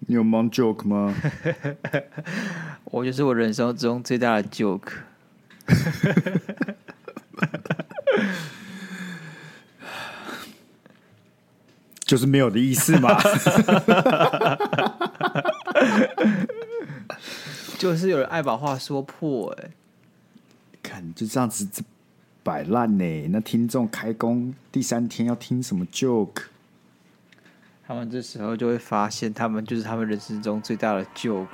你有 mom joke 吗？我就是我人生中最大的 joke。 就是没有的意思 嘛。就是有人爱把话说破、欸，哎，看就这样子这摆烂呢。那听众开工第三天要听什么 joke？他们这时候就会发现，他们就是他们人生中最大的 joke。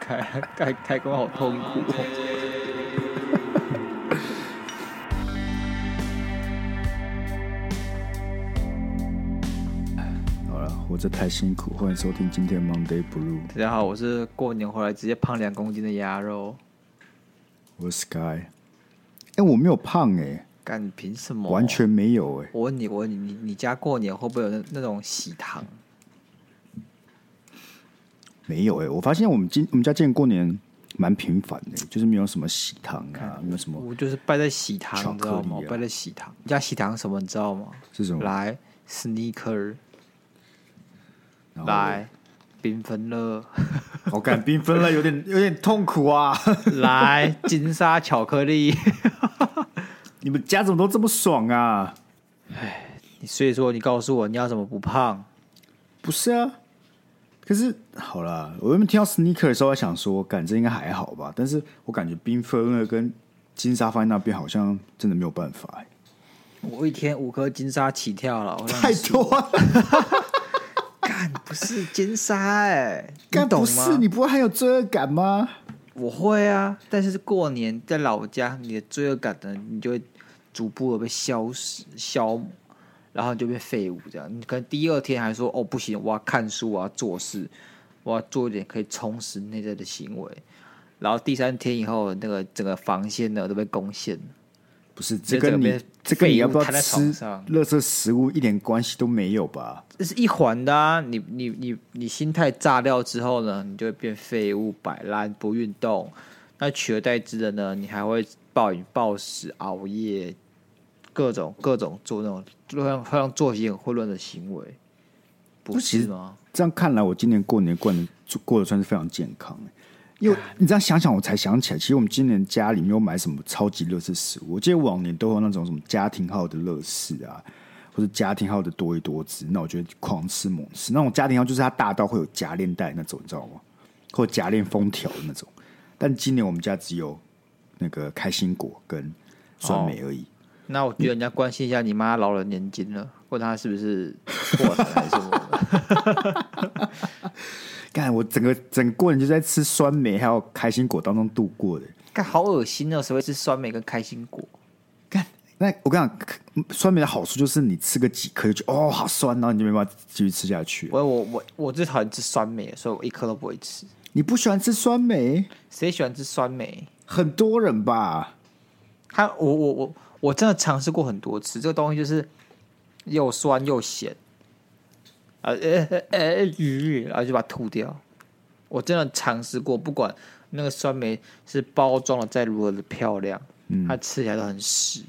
开开开工好痛苦、哦。好了，我这太辛苦，欢迎收听今天 Monday Blue，大家好，我是过年回来直接胖两公斤的鸭肉。我是 Sky。哎、我没有胖哎、干，你凭什么？完。全没有哎、我问你，我问你，你你家过年会不会有那那种喜糖？没有哎、我发现我们今我们家今年过年蛮频繁的、就是没有什么喜糖啊，没有什么我就是拜在喜糖，巧你知道克力吗？啊我拜在喜糖，你家喜糖什么？你知道吗？是什么来，sneaker，然后来，缤纷乐，好感缤纷了，有点有点痛苦啊！ 来金沙巧克力。 你们家怎么都这么爽啊？你所以说，你告诉我你要怎么不胖？不是啊，可是好啦，我原本听到 sneaker 的时候，还想说，感这应该还好吧，但是我感觉缤纷乐跟金沙发那边好像真的没有办法、欸，我一天五颗金沙起跳了，我让你太说多了，干不是金沙哎、 你该懂不吗？是你不会很有罪恶感吗？我会啊，但是过年在老家，你的罪恶感呢，你就会逐步的被消失消磨，然后你就变废物这样。你可能第二天还说哦不行，我要看书，我要做事，我要做一点可以充实内在的行为。然后第三天以后，那个整个防线呢都被攻陷了。不是，就这跟整你个这跟你要不要废物摊在吃床上垃圾食物一点关系都没有吧？这是一环的啊！你你你你心态炸掉之后呢，你就会变废物、摆烂、不运动。那取而代之的呢，你还会暴饮暴食、熬夜，各种各种做那种会让会让作息很混乱的行为，不是吗？这样看来，我今年过年过得过得算是非常健康、欸。因为你这样想想，我才想起来，其实我们今年家里没有买什么超级乐事食物。我记得往年都有那种什么家庭号的乐事啊，或者家庭号的多一多汁，那我觉得狂吃猛吃。那种家庭号就是它大到会有夹链带那种，你知道吗？或者夹链封条的那种。但今年我们家只有那个开心果跟酸梅而已。那我觉得你要关心一下你妈老了年金了，问她是不是破产还是什么的。干、我整个整个过年就在吃酸梅还有开心果当中度过的。看好恶心哦，谁会吃酸梅跟开心果？干，那我跟你讲，酸梅的好处就是你吃个几颗就觉得哦好酸，然后你就没办法继续吃下去。我我我我最讨厌吃酸梅了，所以我一颗都不会吃。你不喜欢吃酸梅，谁喜欢吃酸梅？很多人吧？它我我我我真的尝试过很多次，这个东西就是又酸又咸，啊呃呃呃，鱼然后就把它吐掉。我真的尝试过，不管那个酸梅是包装的再如何的漂亮，它吃起来都很屎。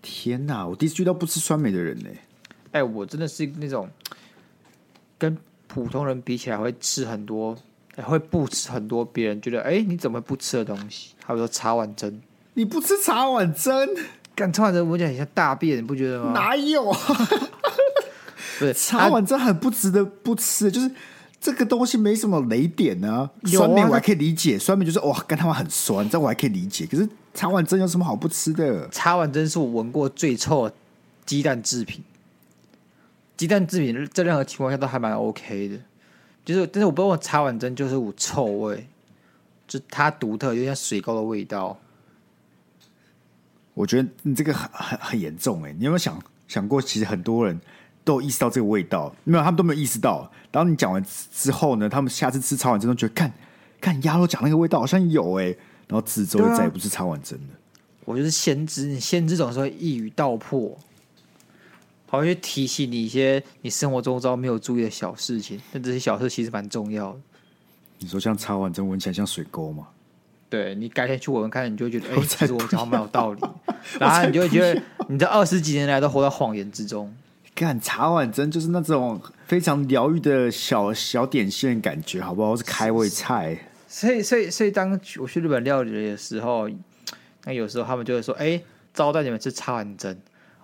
天哪，我第一次遇到不吃酸梅的人呢、哎、我真的是那种跟普通人比起来会吃很多，哎会不吃很多别人觉得哎、你怎么不吃的东西？还有说茶碗蒸，你不吃茶碗蒸，干茶碗蒸闻起来很像大便，你不觉得吗？哪 有啊？不是茶碗蒸很不值得不吃，就是这个东西没什么雷点啊。有啊酸梅我还可以理解，酸梅就是哇，跟他们很酸，这我还可以理解。可是茶碗蒸有什么好不吃的？茶碗蒸是我闻过最臭的鸡蛋制品。鸡蛋制品在任何情况下都还蛮 OK 的，就是但是我不知道为什么茶碗蒸就是有臭味，就它独特有点像水垢的味道。我觉得你这个很很很严重哎、你有没有想想过，其实很多人都有意识到这个味道，没有，他们都没有意识到。然后你讲完之之后呢，他们下次吃茶碗蒸都觉得，看看鸭肉讲那个味道好像有哎、然后自之后对就啊再也不吃茶碗蒸了。我就是先知，你先知总是会一语道破，好会去提醒你一些你生活中遭没有注意的小事情，但这些小事其实蛮重要的。你说像茶碗蒸闻起来像水沟吗？对你改天去闻闻看，你就会觉得，哎、我才其实 我讲得蛮有道理的。然后你 就会觉得，你这二十几年来都活在谎言之中。看茶碗蒸就是那种非常疗愈的小小点心的感觉，好不好？或是开胃菜，所以，所以，所以，当我去日本料理的时候，那有时候他们就会说：“哎、招待你们吃茶碗蒸。”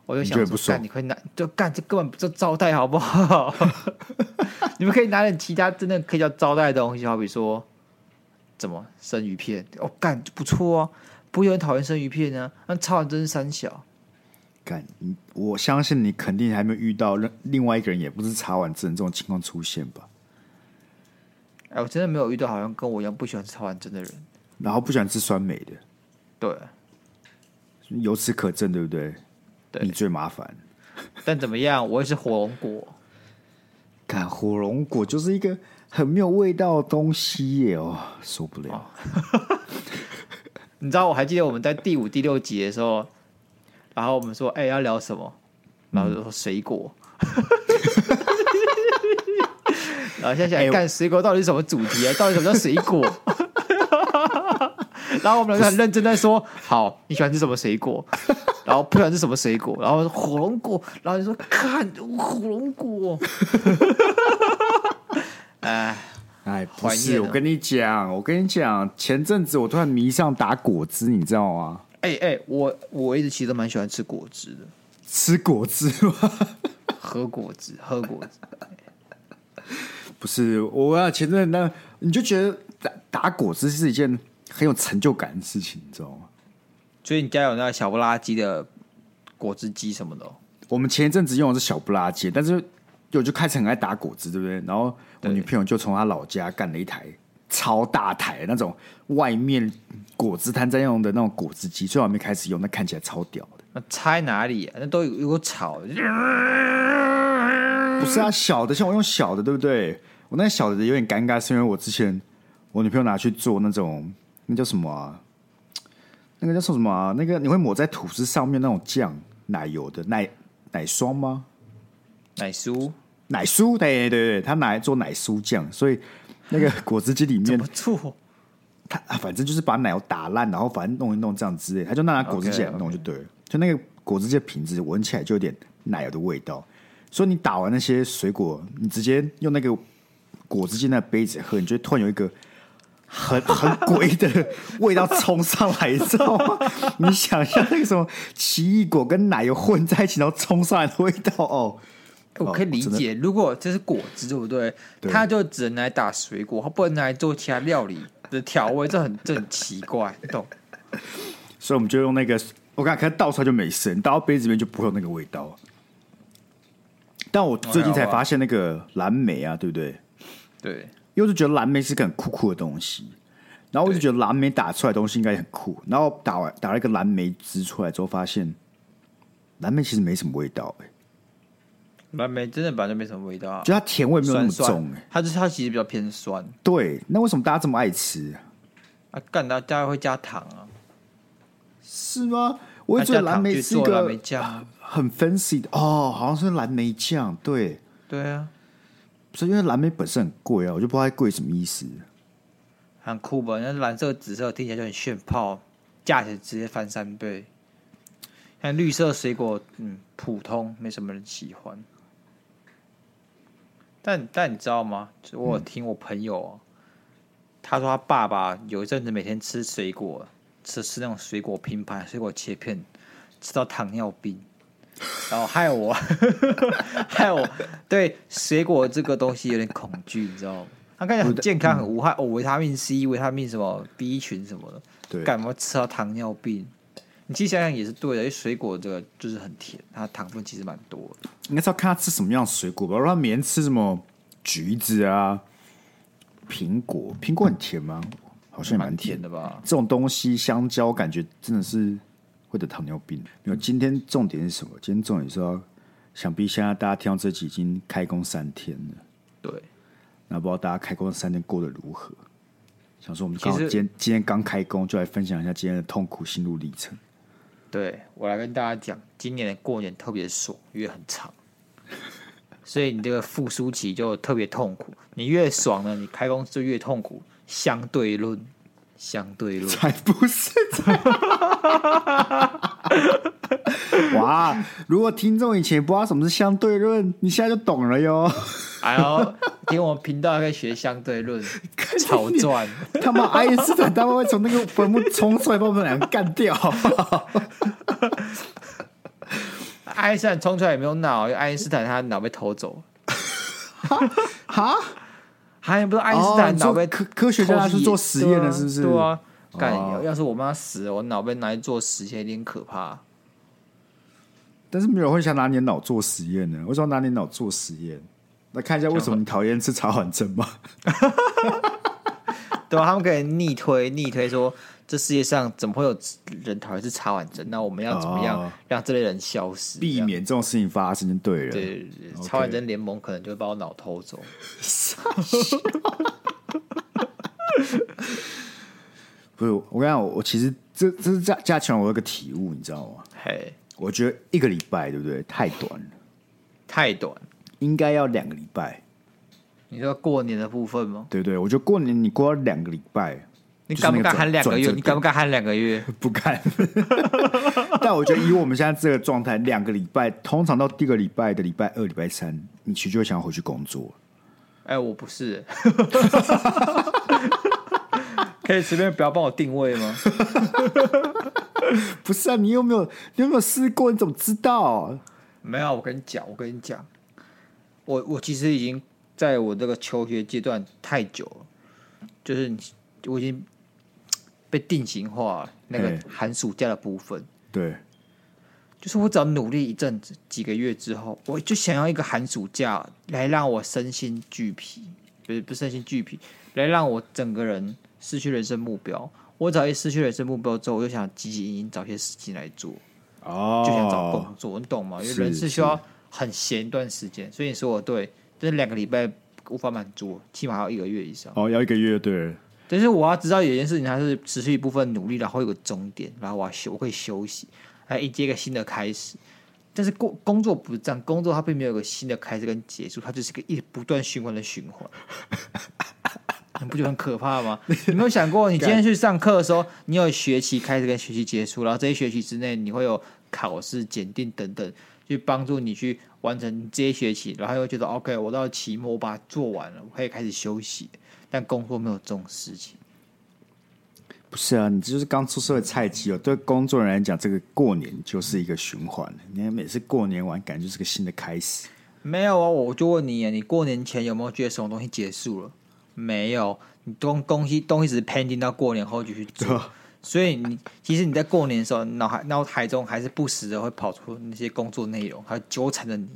我就你想就很说不爽干，你快拿，就干，这根本不叫招待，好不好？ 你们可以拿点其他真的可以叫招待的东西，好比说，怎么生鱼片？哦，干，不错哦，不会有人讨厌生鱼片呢、那茶碗蒸是三小，干，你我相信你肯定还没有遇到另另外一个人，也不是查完证这种情况出现吧？哎、我真的没有遇到好像跟我一样不喜欢吃茶碗蒸的人。然后不喜欢吃酸梅的，对，由此可证，对不对？对你最麻烦。但怎么样，我也是火龙果。看火龙果就是一个很没有味道的东西耶哦，受不了。你知道，我还记得我们在第五、第六集的时候，然后我们说，哎、要聊什么？然后就说水果。 然后现在想哎我干、水果到底是什么主题啊？到底什么叫水果？ 然后我们两个很认真在说，好，你喜欢吃什么水果？然后不喜欢吃什么水果？然后火龙果，然后你说看火龙果，哎，哎，不怀念是，啊我跟你讲，我跟你讲，前阵子我突然迷上打果汁，你知道吗？哎哎，我我一直其实都蛮喜欢吃果汁的，吃果汁 吗？喝果汁，喝果汁。不是，我要前阵子那你就觉得打打果汁是一件很有成就感的事情，你知道吗？所以你家有那个小不拉几的果汁机什么的哦、我们前一阵子用的是小布拉街，但是我就开始很爱打果汁，对不对？然后我女朋友就从她老家干了一台超大台那种外面果汁摊在用的那种果汁机，虽然我还没开始用，但看起来超屌的。那插在哪里啊？那都有有个草，不是啊，小的像我用小的，对不对？我那小的有点尴尬，是因为我之前我女朋友拿去做那种那叫什么啊？那个叫什么啊？那个你会抹在吐司上面那种酱奶油的奶奶霜吗？奶酥奶酥，对对对，他拿来做奶酥酱，所以那个果汁机里面不，错，他啊反正就是把奶油打烂，然后反正弄一弄这样之类，他就拿果汁机来 OK，OK 弄就对了。就那个果汁机的瓶子闻起来就有点奶油的味道，所以你打完那些水果，你直接用那个果汁机那杯子喝，你就会突然有一个。很 很诡异的味道冲上来，你知道吗？你想象那个什么奇异果跟奶油混在一起，然后冲上来的味道哦，我可以理哦解。如果这是果汁，对不对？对它就只能拿来打水果，它不能拿来做其他料理的调 味，这很这很奇怪，你懂？所以我们就用那个，我看可能倒出来就没事，你倒到杯子里面就不会有那个味道。但我最近才发现那个蓝莓啊，对不对？对，因为我就觉得蓝莓是个很酷酷的东西，然后我就觉得蓝莓打出来的东西应该也很酷，然后打完打了一个蓝莓汁出来之后，发现蓝莓其实没什么味道、欸，蓝莓真的本来就没什么味道啊，就它甜味没有那酸么酸重、欸，，它就是它其实比较偏酸对，那为什么大家这么爱吃？啊，干大家会加糖啊，是吗？我它也觉得加蓝糖莓去是一做蓝个莓酱啊，很 fancy 的哦，好像是蓝莓酱，对。对啊，不是因为蓝莓本身很贵啊，我就不知道它贵什么意思。很酷吧？那蓝色、紫色听起来就很炫炮，价钱直接翻三倍。像绿色水果，嗯，普通，没什么人喜欢。但但你知道吗？就我有听我朋友、哦，他说他爸爸有一阵子每天吃水果，吃吃那种水果拼盘、水果切片，吃到糖尿病，然后害我，害我对水果这个东西有点恐惧，你知 道吗？他看起来很健康、很无害，哦，维他命 C、维他命什么 B 群什么的，对，干嘛吃到糖尿病？你其实想想也是对的，因为水果这个就是很甜，它糖分其实蛮多的。应该是要看它吃什么样的水果吧。如果它每天吃什么橘子啊、苹果，苹果很甜吗？好像也蛮甜甜的吧？这种东西，香蕉感觉真的是会得糖尿病。没有，今天重点是什么？今天重点是要，想必现在大家听到这集已经开工三天了，对，那不知道大家开工三天过得如何？想说我们刚好其今实天今天刚开工，就来分享一下今天的痛苦心路历程。对我来跟大家讲，今年的过年特别爽，因为很长，所以你这个复苏期就特别痛苦。你越爽呢，你开工就越痛苦。相对论，相对论，才不是这样，哇，如果听众以前不知道什么是相对论，你现在就懂了哟。哎呦，听我们频道可以学相对论，炒赚。他妈，爱因斯坦他们会从那个坟墓冲出来，把我们两个干掉。爱因斯坦冲出来也没有脑，因为爱因斯坦他脑被偷走，哈，还哎不是爱因斯坦哦脑被你说科科学家偷袭是做实验对的，啊是不是？对啊，干、哦要是我妈死了，我脑被拿来做实验，有点可怕。但是没有人会想拿你的脑做实验呢？为什么拿你的脑做实验？来看一下为什么你讨厌吃茶缓针吗？对啊吧、他们可以逆推逆推说，这世界上怎么会有人讨厌是插完针？那我们要怎么样哦让这类人消失？避这样免这种事情发生就对了。对对对 OK 插完针联盟可能就会把我脑偷走。不是，我跟你讲，我我其实这这是加加强我有个体悟，你知道吗？嘿，我觉得一个礼拜对不对？太短了，太短。应该要两个礼拜，你说过年的部分吗？对不对？我觉得过年你过了两个礼拜，你就是敢不那个敢喊两个转月？折你敢不敢喊两个月？ 不干。 但我觉得以我们现在这个状态，两个礼拜，通常到第一个礼拜的礼拜二、礼拜三，你其实就会想要回去工作。哎、我不是。 可以随便不要帮我定位吗？ 不是啊，你有没有你有没有试过？你怎么知道？没有，我跟你讲，我跟你讲，我我其实已经在我这个求学阶段太久了，就是你我已经被定型化了那个嘿寒暑假的部分，对，就是我只要努力一阵子，几个月之后，我就想要一个寒暑假来让我身心俱疲，不是不是身心俱疲，来让我整个人失去人生目标。我只要一失去人生目标之后，我就想积极营营找些事情来做。哦就想找工作，你懂吗？因为是人是需要很闲一段时间，所以你说我对，但是两个礼拜无法满足我，起码还要一个月以上。哦，要一个月对了。但是我要知道有一件事情，它是持续一部分努力，然后有个终点，然后我要休，我可以休息，来迎接一个新的开始。但是工工作不是这样，工作它并没有一个新的开始跟结束，它就是一个一直不断循环的循环。你不觉得很可怕吗？你有没有想过，你今天去上课的时候，你有学期开始跟学期结束，然后这一学期之内，你会有考试、检定等等，去帮助你去完成这一学期，然后又觉得 OK，我到期末我把它做完了，我可以开始休息。但工作没有这种事情，不是啊，你这就是刚出社会的菜鸡哦。对工作人来讲，这个过年就是一个循环。你看每次过年完，感觉就是个新的开始。没有啊，我就问你，你过年前有没有觉得什么东西结束了？没有，你东东西东西只是 pending 到过年后就去做，所以你其实你在过年的时候，脑海脑海中还是不时的会跑出那些工作内容，还纠缠着你，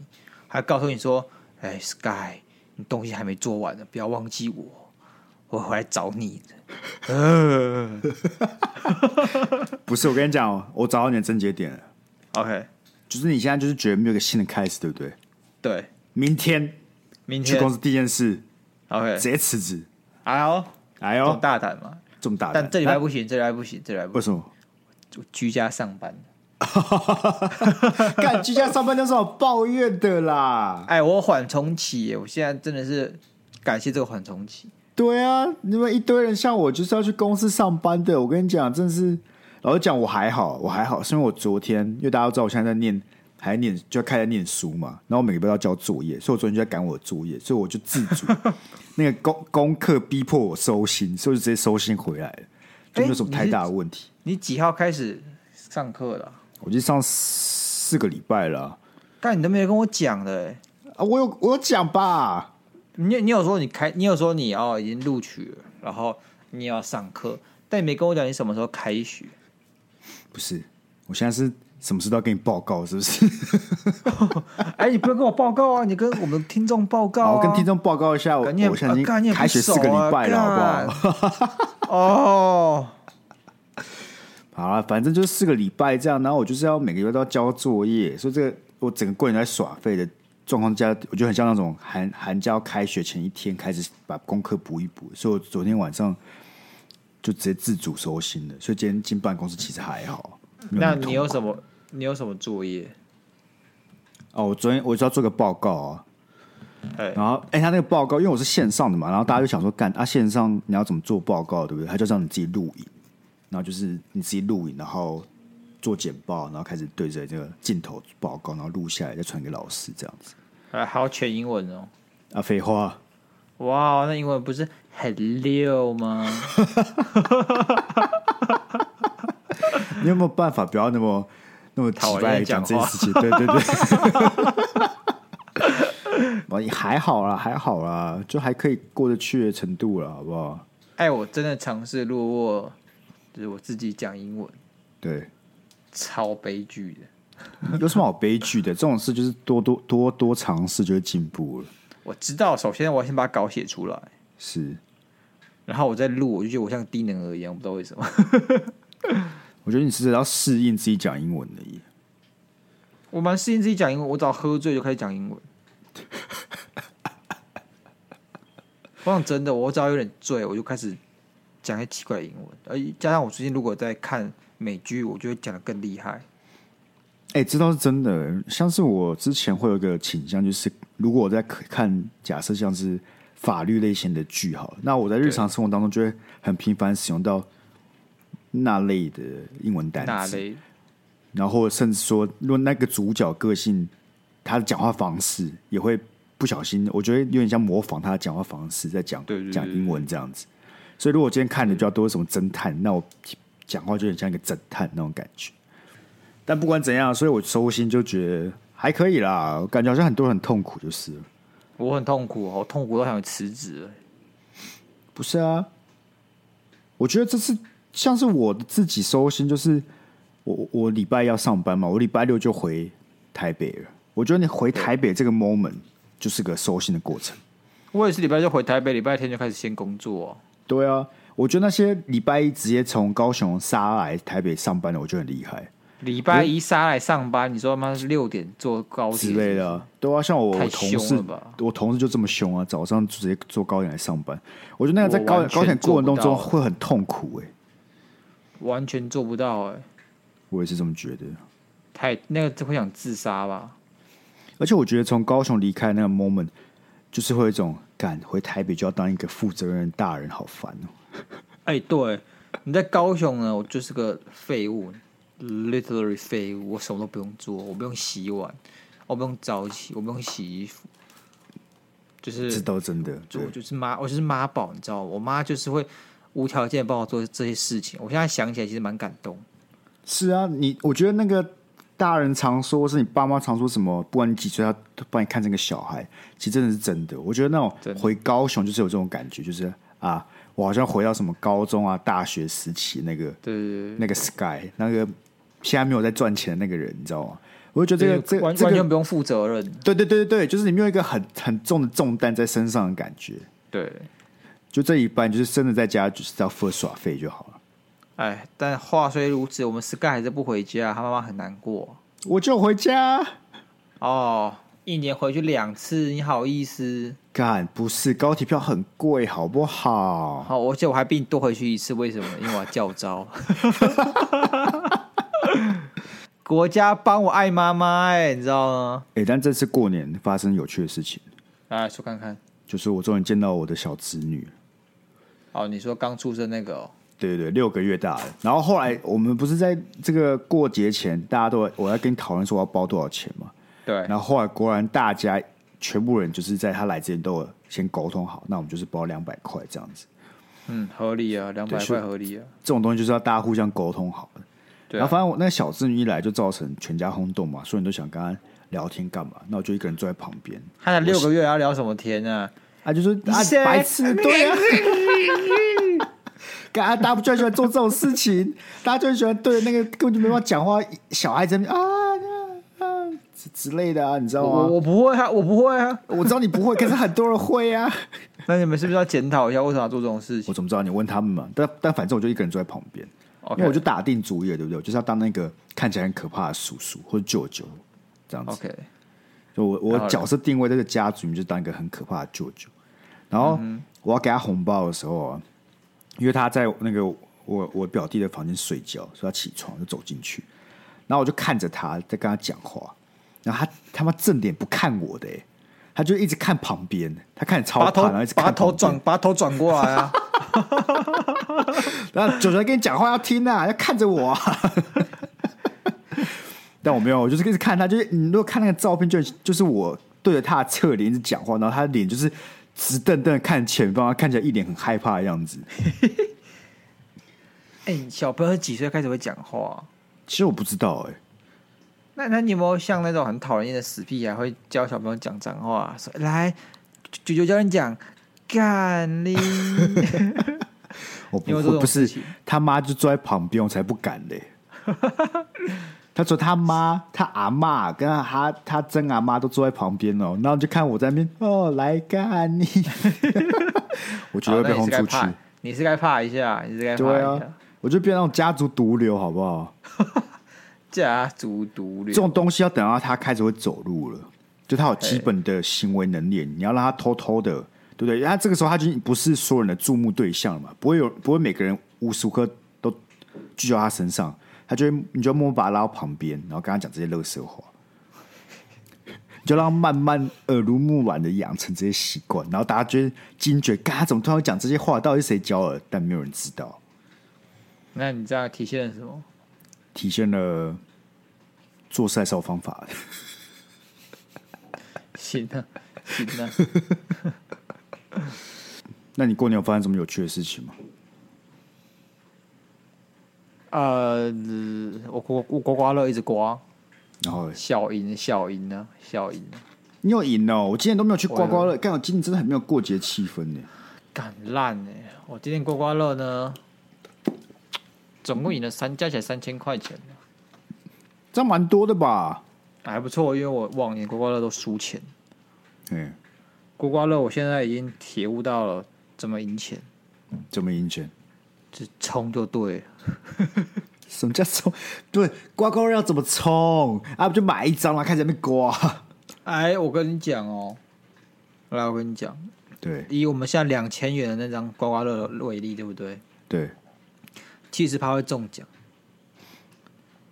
还告诉你说：“哎，Sky，你东西还没做完呢，不要忘记我，我会回来找你的。”不是，我跟你讲、哦，我找到你的症结点了， OK，就是你现在就是觉得没有一个新的开始，对不对？对，明天明去天公司第一件事， OK，直接辞职。哎呦，哎这呦么，大胆嘛！这么大胆，但这礼拜啊不行，这礼拜不行，这礼拜不为行，什么？ 我居家上班。干居家上班就是好抱怨的啦。哎，我缓冲期耶，我现在真的是感谢这个缓冲期。对啊，你们一堆人像我就是要去公司上班的。我跟你讲，真的是，老实讲，我还好，我还好，是因为我昨天，因为大家都知道我现在在念，还在念，就开始念书嘛。然后我每个礼拜都要交作业，所以我昨天就在赶我的作业，所以我就自 主那个功功课逼迫我收心，所以我就直接收心回来了，哎就没有什么太大的问题。你几号开始上课了啊？我就上四个礼拜了啊但你都没有跟我讲的耶，啊，我有我有讲吧。你你有说你开，你有说你哦已经录取了，然后你也要上课，但你没跟我讲你什么时候开学。不是，我现在是什么事都要跟你报告，是不是？哎，你不用跟我报告啊，你跟我们听众报告、啊。哦好，我跟听众报告一下，我干，你也我现在已啊干经你也不开学四个礼拜了，好不好？好？干哦，好了，反正就是四个礼拜这样，然后我就是要每个月都要交作业，所以这个我整个过年都在耍废的状况下，我就很像那种寒寒假要开学前一天开始把功课补一补，所以我昨天晚上就直接自主收心了，所以今天进办公室其实还好。 没那么你痛有什么？你有什么作业？哦，我昨天我就要做个报告啊，哎，然后，哎、他那个报告，因为我是线上的嘛，然后大家就想说，干啊，线上你要怎么做报告，对不对？他就让你自己录影，然后就是你自己录影，然后做简报，然后开始对着这个镜头报告，然后录下来再传给老师这样子。还还要哎全英文哦。啊，废话，哇，那英文不是很溜吗？你有没有办法不要那么那么直讨白厌讲讲这件话事情？对对对。 哇，你还好啦，还好啦，就还可以过得去的程度了，好不好？哎，我真的尝试落寞，就是我自己讲英文，对，超悲剧的。有什么好悲剧的？这种事就是多多多多尝试就会进步了。我知道，首先我要先把稿写出来，是，然后我再录，我就觉得我像低能儿一样，不知道为什么。 我觉得你是要适应自己讲英文的耶。我蛮适应自己讲英文，我只要喝醉就开始讲英文。我想真的，我只要有点醉，我就开始讲一些奇怪的英文，而加上我最近如果在看美剧，我就会讲的更厉害。哎、这倒是真的。像是我之前会有一个倾向，就是如果我在看，假设像是法律类型的剧好了，那我在日常生活当中就会很频繁使用到那类的英文单哪词，类？然后甚至说，如果那个主角个性，他的讲话方式也会不小心，我觉得有点像模仿他的讲话方式在讲对对对讲英文这样子。所以如果我今天看的比较多是什么侦探，那我讲话就很像一个侦探那种感觉。但不管怎样，所以我收心就觉得还可以啦，我感觉好像很多人很痛苦，就是了我很痛苦，哦我痛苦到想辞职了。不是啊？我觉得这是像是我自己收心，就是我我我礼拜要上班嘛，我礼拜六就回台北了。我觉得你回台北这个 moment 就是个收心的过程。我也是礼拜就回台北，礼拜天就开始先工作、哦。对啊，我觉得那些礼拜一直接从高雄杀来台北上班的，我觉得很厉害礼拜一杀来上班，你说他妈是六点坐高铁之类的啊。对啊，像我太同凶事了吧，我同事就这么凶啊，早上直接坐高铁来上班。我觉得那个在高我完全高铁过程当做中不到会很痛苦哎、完全做不到哎、我也是这么觉得。太那个会想自杀吧？而且我觉得从高雄离开那个 moment，就是会有一种感回台北就要当一个负责任的大人，好烦哦。哎、对，你在高雄呢，我就是个废物，literally 废物，我什么都不用做，我不用洗碗，我不用早起，我不用洗衣服，就是这都真的，就对我就是妈，我就是妈宝，你知道吗？我妈就是会无条件地帮我做这些事情。我现在想起来其实蛮感动。是啊，你我觉得那个大人常说，或是你爸妈常说什么，不管你几岁，他都把你看成个小孩，其实真的是真的。我觉得那真种的回高雄就是有这种感觉，就是啊，我好像回到什么高中啊、大学时期那个对对对那个 sky，那个现在没有在赚钱的那个人，你知道吗？我就觉对，得这个完这个这完个全，不用负责任。对对对对对，就是你没有一个很很重的重担在身上的感觉。对，就这一半，就是真的在家就是要付耍费就好了。哎，但话虽如此，我们 Sky 还是不回家，他妈妈很难过。我就回家，哦，一年回去两次，你好意思？干不是高铁票很贵，好不好？好，而哦且我还比你多回去一次，为什么？因为我要叫招。 国家帮我爱妈妈，哎，你知道吗？哎、但这次过年发生有趣的事情，来说看看。就是我终于见到我的小侄女，哦，你说刚出生那个、哦，对对对，六个月大了。然后后来我们不是在这个过节前，大家都我在跟你讨论说我要包多少钱嘛。对，然后后来果然大家全部人就是在他来之前都有先沟通好，那我们就是包两百块这样子。嗯，合理啊，两对百块是合理啊。这种东西就是要大家互相沟通好的。对啊然后反正我那个小侄女一来就造成全家轰动嘛，所有人都想跟她聊天干嘛？那我就一个人坐在旁边，他才六个月要聊什么天啊？啊，就说啊谁白痴，对 啊，干啊，大家不就很喜欢做这种事情？大家就很喜欢对着那个根本就没办法讲话，小孩子在那边啊啊啊之之类的啊，你知道我吗？我不会啊，我不会啊。我知道你不会，可是很多人会啊。那你们是不是要检讨一下，为什么要做这种事情我？怎么知道？你问他们嘛。但但反正我就一个人坐在旁边 OK 因为我就打定主意了，对不对？我就是要当那个看起来很可怕的叔叔或者舅舅这样子。 OK，就我我哦然后嘞角色定位在这个家族里面，就当一个很可怕的舅舅。然后我要给他红包的时候啊，因为他在那个我我表弟的房间睡觉，所以他起床就走进去，然后我就看着他在跟他讲话，然后他他妈正脸不看我的、欸，他就一直看旁边，他看得超把怕，头然后一直把看头旁边 转，把头转过来啊！ 然后九九跟你讲话要听啊，要看着我、啊。 但我没有，我就是一直看他，就是你如果看那个照片就，就是我对着他的侧脸一直讲话，然后他的脸就是直瞪瞪地看前方，他看起来一脸很害怕的样子。哎、你小朋友几岁开始会讲话啊、其实我不知道哎、那那你有没有像那种很讨人厌的死屁孩，会教小朋友讲脏话、说来，九九教你讲 干你，我不因为这会种不事是情他妈就坐在旁边，我才不敢嘞、 他说他妈、他阿妈跟他他他真阿妈都坐在旁边哦，然后就看我在那边哦来干 你，我觉得会好那被你轰是该出去。怕，你是该怕一下，你是该怕对一啊下，，我就变那种家族毒瘤好不好？家族独立这，种东西要等到他开始会走路了，就他有基本的行为能力，你要让他偷偷的，对不对？他这个时候他就不是所有人的注目对象了嘛，不会有不会每个人无时无刻都聚焦他身上，他就会你就默默把他拉到旁边，然后跟他讲这些垃圾话，你就让他慢慢耳濡目染的养成这些习惯，然后大家就会惊觉，嘎，他怎么突然会讲这些话？到底是谁教的？但没有人知道，那你这样体现了什么？体现了做事还是有方法的。行啊， 行啊。那你过年有发生什么有趣的事情吗？呃，我刮我刮刮乐一直刮，然后欸小赢小赢呢，小赢啊呢，你有赢哦，我今年都没有去刮刮乐，干我今年真的很没有过节气氛呢。干烂呢！我今天刮刮乐呢，总共赢了三，加起来三千块钱，这样蛮多的吧？还不错，因为我往年刮刮乐都输钱，哎，刮刮乐我现在已经体悟到了怎么赢钱，怎么赢钱？就冲就对了。什么叫冲？对，刮刮乐要怎么冲？啊，不就买一张啦，开始在那边刮。哎，我跟你讲哦，来，我跟你讲，对以我们现在两千元的那张刮刮乐为例，对不对？对，七十趴会中奖，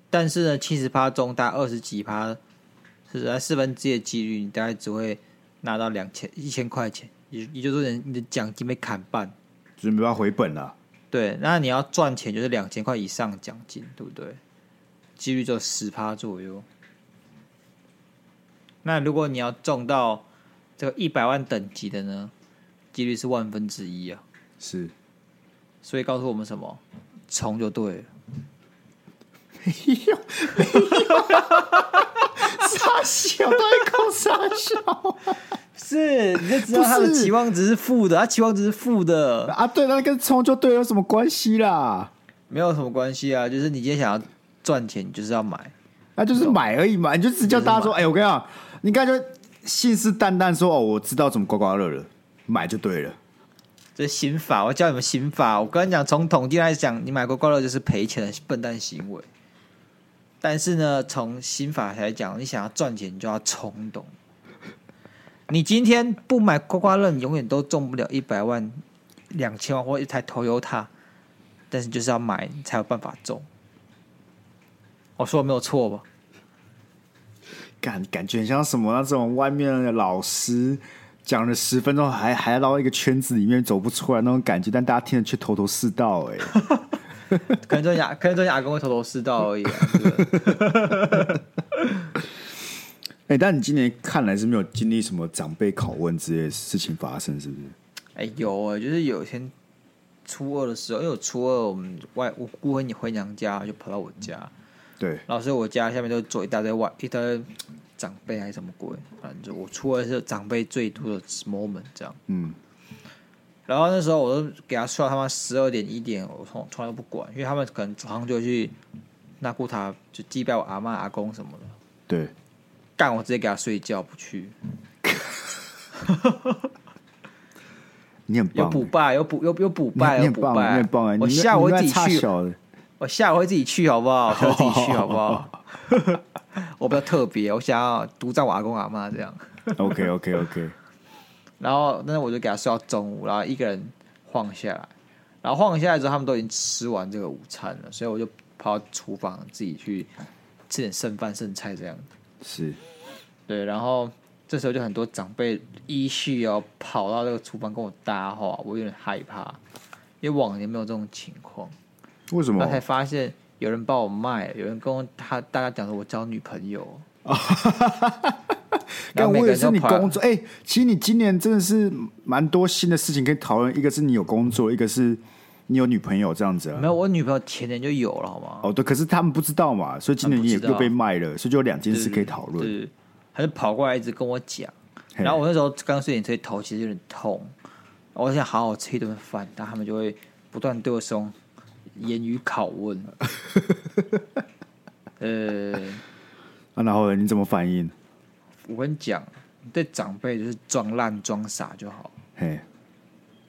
但是呢，七十趴中大概二十几趴，是在四分之一的几率，你大概只会拿到两千一千块钱，也也就是说你的奖金被砍半。准备要回本了。对，那你要赚钱就是两千块以上奖金，对不对？几率就十趴左右。那如果你要中到这个一百万等级的呢，几率是万分之一啊。是，所以告诉我们什么？冲就对了。傻小，到底搞傻小是，你就知道他的不是期望值是负的，他期望值是负的，啊？对，那跟冲就对有什么关系啦？没有什么关系啊。就是你今天想要赚钱，你就是要买。那就是买而已嘛，你就只叫大家说，哎、我跟你讲，你刚才就信誓旦旦说，哦，我知道怎么刮刮乐了，买就对了。这是刑法，我教你们刑法。我跟你讲，从统计来讲，你买过刮乐就是赔钱的笨蛋行为。但是呢，从刑法来讲，你想要赚钱，你就要冲动。你今天不买刮刮乐，你永远都中不了一百万、两千万或一台 Toyota。但是就是要买，你才有办法中。我说的没有错吧？感感觉很像什么那种外面的老师讲了十分钟还还绕一个圈子里面走不出来那种感觉，但大家听得却头头是道、哎， 可能昨天牙，可能昨天牙跟我头头是 道而已、啊。对不对哎，但你今年看来是没有经历什么长辈拷问之类的事情发生，是不是？哎、有哎、就是有一天初二的时候，因为我初二我们外我姑回回娘家，就跑到我家，对，然后所以我家下面就坐一大堆外一大堆长辈还是什么鬼，反正就我初二是长辈最多的 moment 这样。嗯，然后那时候我都给他睡到他妈十二点一点，我从从来都不管，因为他们可能早上就去那库塔就祭拜我阿妈阿公什么的。对，干，我直接给他睡觉不去，你很有棒、补欸。拜，有补有有补你很拜，你很有补棒，你拜很棒哎！，我你下午你会在自己差去， 小的，我下午会自己去，好不好？我下午自己去，好不好？ 我比较特别，我想要独占我阿公阿妈这样。 OK OK OK，然后，但是我就给他睡到中午，然后一个人晃下来，然后晃下来之后，他们都已经吃完这个午餐了，所以我就跑到厨房自己去吃点剩饭剩菜这样。是对，然后这时候就很多长辈依序哦跑到这个厨房跟我搭话，我有点害怕，因为往年没有这种情况。为什么哎那？才发现有人帮我卖，有人跟我他大家讲说我交女 朋友，然但后每我也个人是都你跑来工作，哎、其实你今年真的是蛮多新的事情可以讨论，一个是你有工作，一个是你有女朋友这样子啊没。有，我女朋友前年就有了，好吗？哦，对，可是他们不知道嘛，所以今年你也他们不知又道被卖了，所以就有两件事可以讨论。对，他就跑过来一直跟我讲，嘿然后我那时候刚睡醒，所以头其实有点痛，我想好好吃一顿饭，但他们就会不断对我使用言语拷问。 呃，啊，然后呢你怎么反应？我跟你讲，你对长辈就是装烂装傻就好。嘿，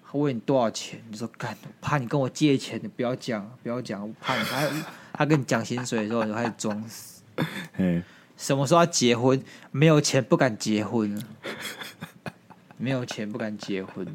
他问你多少钱，你说干，我怕你跟我借钱，你不要讲，不要讲，我怕你。他他跟你讲薪水的时候，你就开始装死。嘿，什么时候要结婚？没有钱不敢结婚，没有钱不敢结婚。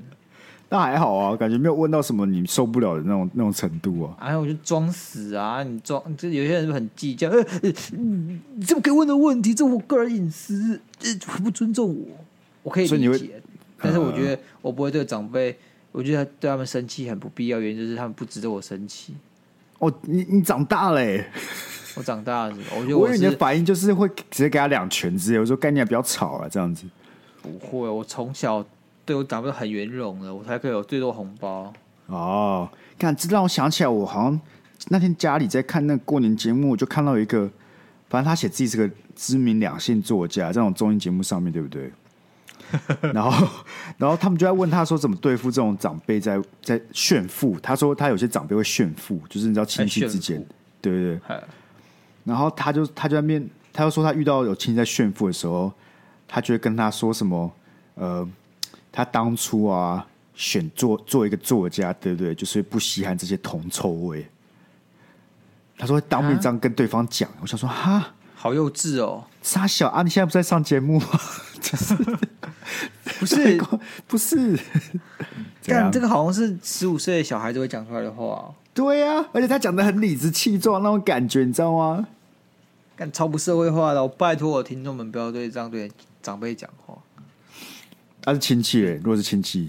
那还好啊，感觉没有问到什么你受不了的那种那种程度啊。哎，我就装死啊！你装，就有些人很计较，呃呃嗯你这么可以问的问题，这我个人隐私，呃，不尊重我，我可以所以你理会嗯解。但是我觉得我不会对长辈，我觉得对他们生气很不必要，原因就是他们不值得我生气。哦，你你长大了、欸，我长大了，我觉得我我以为你的是反应就是会直接给他两拳之类，我说概念不要吵啊，这样子。不会，我从小对我长辈很圆融的，我才可以有最多红包。哦，看这让我想起来，我好像那天家里在看那个过年节目，我就看到一个，反正他写自己是个知名两性作家，这种综艺节目上面对不 对？然后，然后他们就在问他说怎么对付这种长辈在在炫富。他说他有些长辈会炫富，就是你知道亲戚之哎间炫富，对对对。哎然后他就他就在面，他就说他遇到有亲戚在炫富的时候，他就会跟他说什么，呃，他当初啊选做做一个作家，对不对？就是不稀罕这些铜臭味。他说会当面这样跟对方讲，啊我想说哈，好幼稚 哦！傻小啊，你现在不是在上节目吗？不是， 不是，怎干样这个好像是十五岁的小孩子会讲出来的话哦、对啊，而且他讲的很理直气壮那种感觉，你知道吗？干超不社会化的，我拜托我听众们不要对这样对长辈讲话。他、是亲戚耶，如果是亲戚，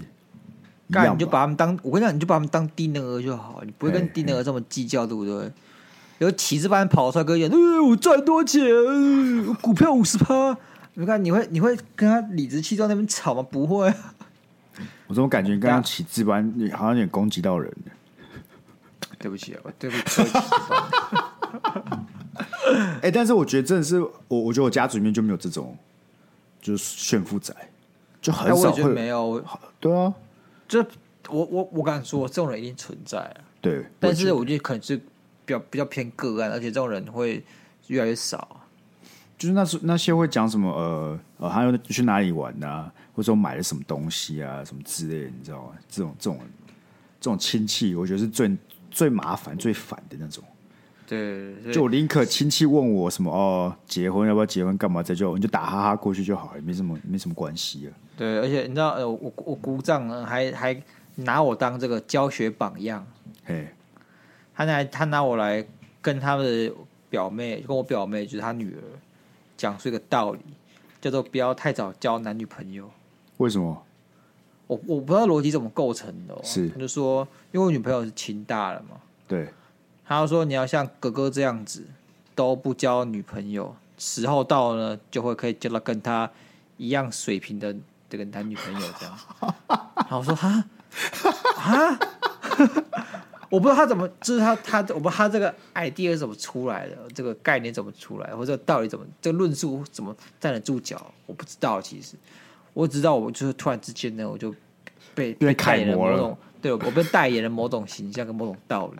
一干样你就吧把他们当，我跟你讲，你就把他们当低能儿就好，你不会嘿跟低能儿这么计较，对不对？有体制班跑出来跟你讲，呃，我赚多钱，呃股票五十趴，你看你会你会跟他理直气壮在那边吵吗？不会啊，我怎么感觉刚大刚家起字班，你好像有点攻击到人了对不起啊，我对不 起，对不起哎、但是我觉得真的是我，我觉得我家族里面就没有这种，就是炫富仔，就很但哎我少也觉会有。得没有，我对啊，这我我我敢说，这种人一定存在啊，对。但我是觉我觉得可能是比较比较偏个案，而且这种人会越来越少啊。得就是那时那些会讲什么呃呃，还有去哪里玩啊，或者说买了什么东西啊，什么之类的，你知道吗？这种这种这种亲戚，我觉得是最最麻烦、最烦的那种。对，所以就我宁可亲戚问我什么哦，结婚要不要结婚，干嘛再就你就打哈哈过去就好，也没什么没什么关系啊。对，而且你知道，呃，我我姑丈呢，还还拿我当这个教学榜样，嘿，他拿他拿我来跟他的表妹，跟我表妹就是他女儿，讲述一个道理，叫做不要太早交男女朋友。为什么？我我不知道逻辑怎么构成的、哦，是他就说，因为我女朋友是清大了嘛，对，他就说你要像哥哥这样子，都不交女朋友，时候到了呢，就会可以交到跟他一样水平的这个男女朋友 这样。然后我说哈哈， 我不知道他怎么，就是他他我不知道他这个 idea 是怎么出来的，这个概念怎么出来，或者这个道理怎么，这个论述怎么站得住脚，我不知道其实，我只知道我就是突然之间呢，我就被被被代楷言了模某了种，对我被代言了某种形象跟某种道理。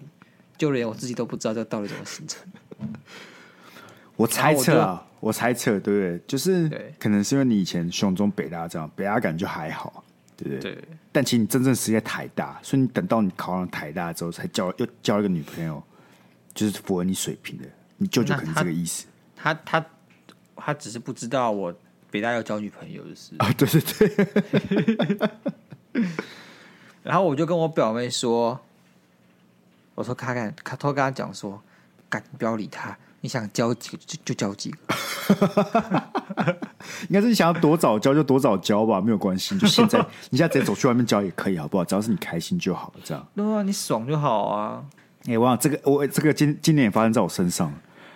就连我自己都不知道这个道理怎么形成。我猜测啊，我猜测，对不对？就是对可能是因为你以前雄中北大这样，北大感觉还好，对不对？对，但其实你真正是在台大，所以你等到你考上台大之后，才交又交一个女朋友，就是符合你水平的。你舅舅那可能他这个意思他他他只是不知道我北大要交女朋友，就是。 啊，对对对，然后我就跟我表妹说，我说看看，他偷跟他讲说，赶不要理他，你想交几个就就交几个。应该是你想要多早交就多早交吧，没有关系，就现在，你现在直接走去外面交也可以，好不好？只要是你开心就好，这样。对啊，你爽就好啊。哎、哇，这个我这个今今年也发生在我身上，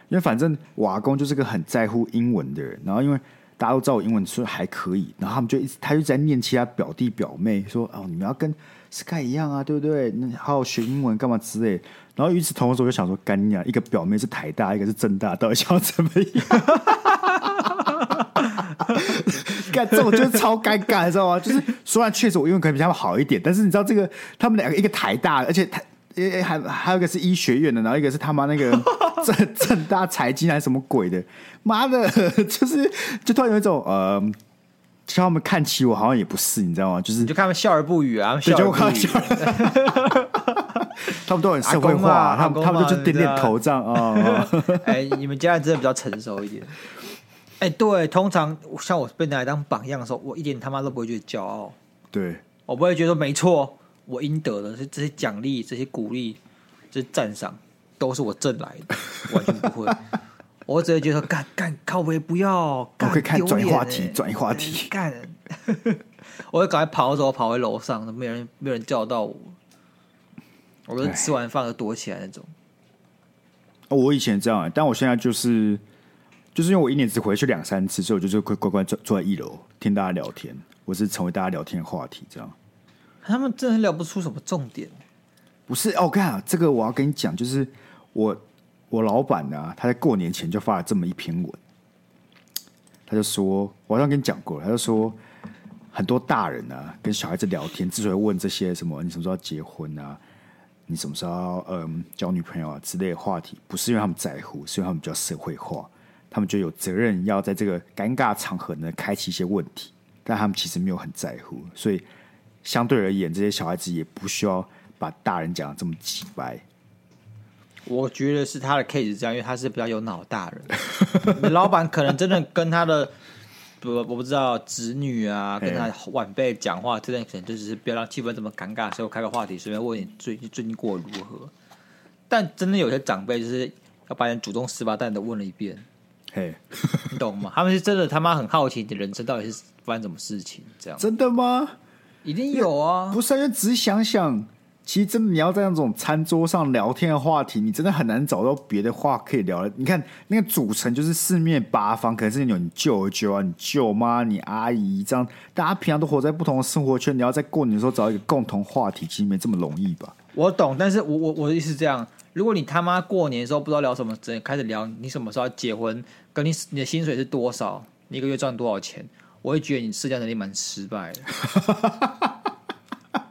因为反正我阿公就是个很在乎英文的人，然后因为大家都知道我英文说还可以，然后他们就一直他就在念其他表弟表妹说哦，你们要跟 Sky 一样啊，对不对？那好好学英文干嘛之类的。然后与此同时，我就想说，干你啊，一个表妹是台大，一个是正大，到底想要怎么样？干这我觉得超尴尬，你知道吗？就是虽然确实我英文可能比他们好一点，但是你知道这个他们两个一个台大，而且他。诶，还还有一个是医学院的，然后一个是他妈那 个正正大财经还是什么鬼的，妈的，就是就突然有一种呃，叫他们看起我好像也不是，你知道吗？就是你就看他们笑而不语啊，他们对，笑就而我看到不语笑。 他们都很社会化、阿他们他们公啊嘛阿公嘛就就点点头这样啊。哦哦 哎，你们家人真的比较成熟一点。哎，对，通常像我被拿来当榜样的时候，我一点他妈都不会觉得骄傲，对，我哦不会觉得没错，我应得的是这些奖励、这些鼓励、这些赞赏，都是我挣来的，完全不会。我只会觉得干干靠我也不要，干我哦可以看丢转脸移话题欸转移话题 干。我就赶快跑走，跑回楼上，没有人没有人叫到我，我就哎吃完饭就躲起来那种。哦我以前这样、但我现在就是就是因为我一年只回去两三次，所以我就是会乖乖坐坐在一楼听大家聊天，我是成为大家聊天的话题这样。他们真的聊不出什么重点。不是哦，看啊，这个我要跟你讲，就是我我老板呢、他在过年前就发了这么一篇文，他就说，我好像跟你讲过了，他就说很多大人啊跟小孩子聊天，之所以问这些什么你什么时候要结婚啊，你什么时候要嗯交女朋友啊之类的话题，不是因为他们在乎，是因为他们比较社会化，他们就有责任要在这个尴尬场合呢开启一些问题，但他们其实没有很在乎，所以相对而言，这些小孩子也不需要把大人讲的这么直白。我觉得是他的 case 是这样，因为他是比较有脑大的人。 你老板可能真的跟他的不我不知道子女啊，嘿跟他晚辈讲话，这段可能就只是不要让气氛这么尴尬，所以我开个话题，随便问你最最近过得如何。但真的有些长辈就是要把你祖宗十八代的问了一遍，嘿，你懂吗？他们是真的他妈很好奇你的人生到底是发生什么事情，这样真的吗？一定有啊。不是啊，因为只是想想，其实真的你要在那种餐桌上聊天的话题，你真的很难找到别的话可以聊了。你看那个组成就是四面八方，可能是有你舅舅啊、你舅妈、你阿姨这样，大家平常都活在不同的生活圈，你要在过年的时候找到一个共同话题，其实没这么容易吧？我懂，但是我我我的意思是这样：如果你他妈过年的时候不知道聊什么，直接开始聊你什么时候要结婚，跟你你的薪水是多少，你一个月赚多少钱，我会觉得你社交能力蛮失败的。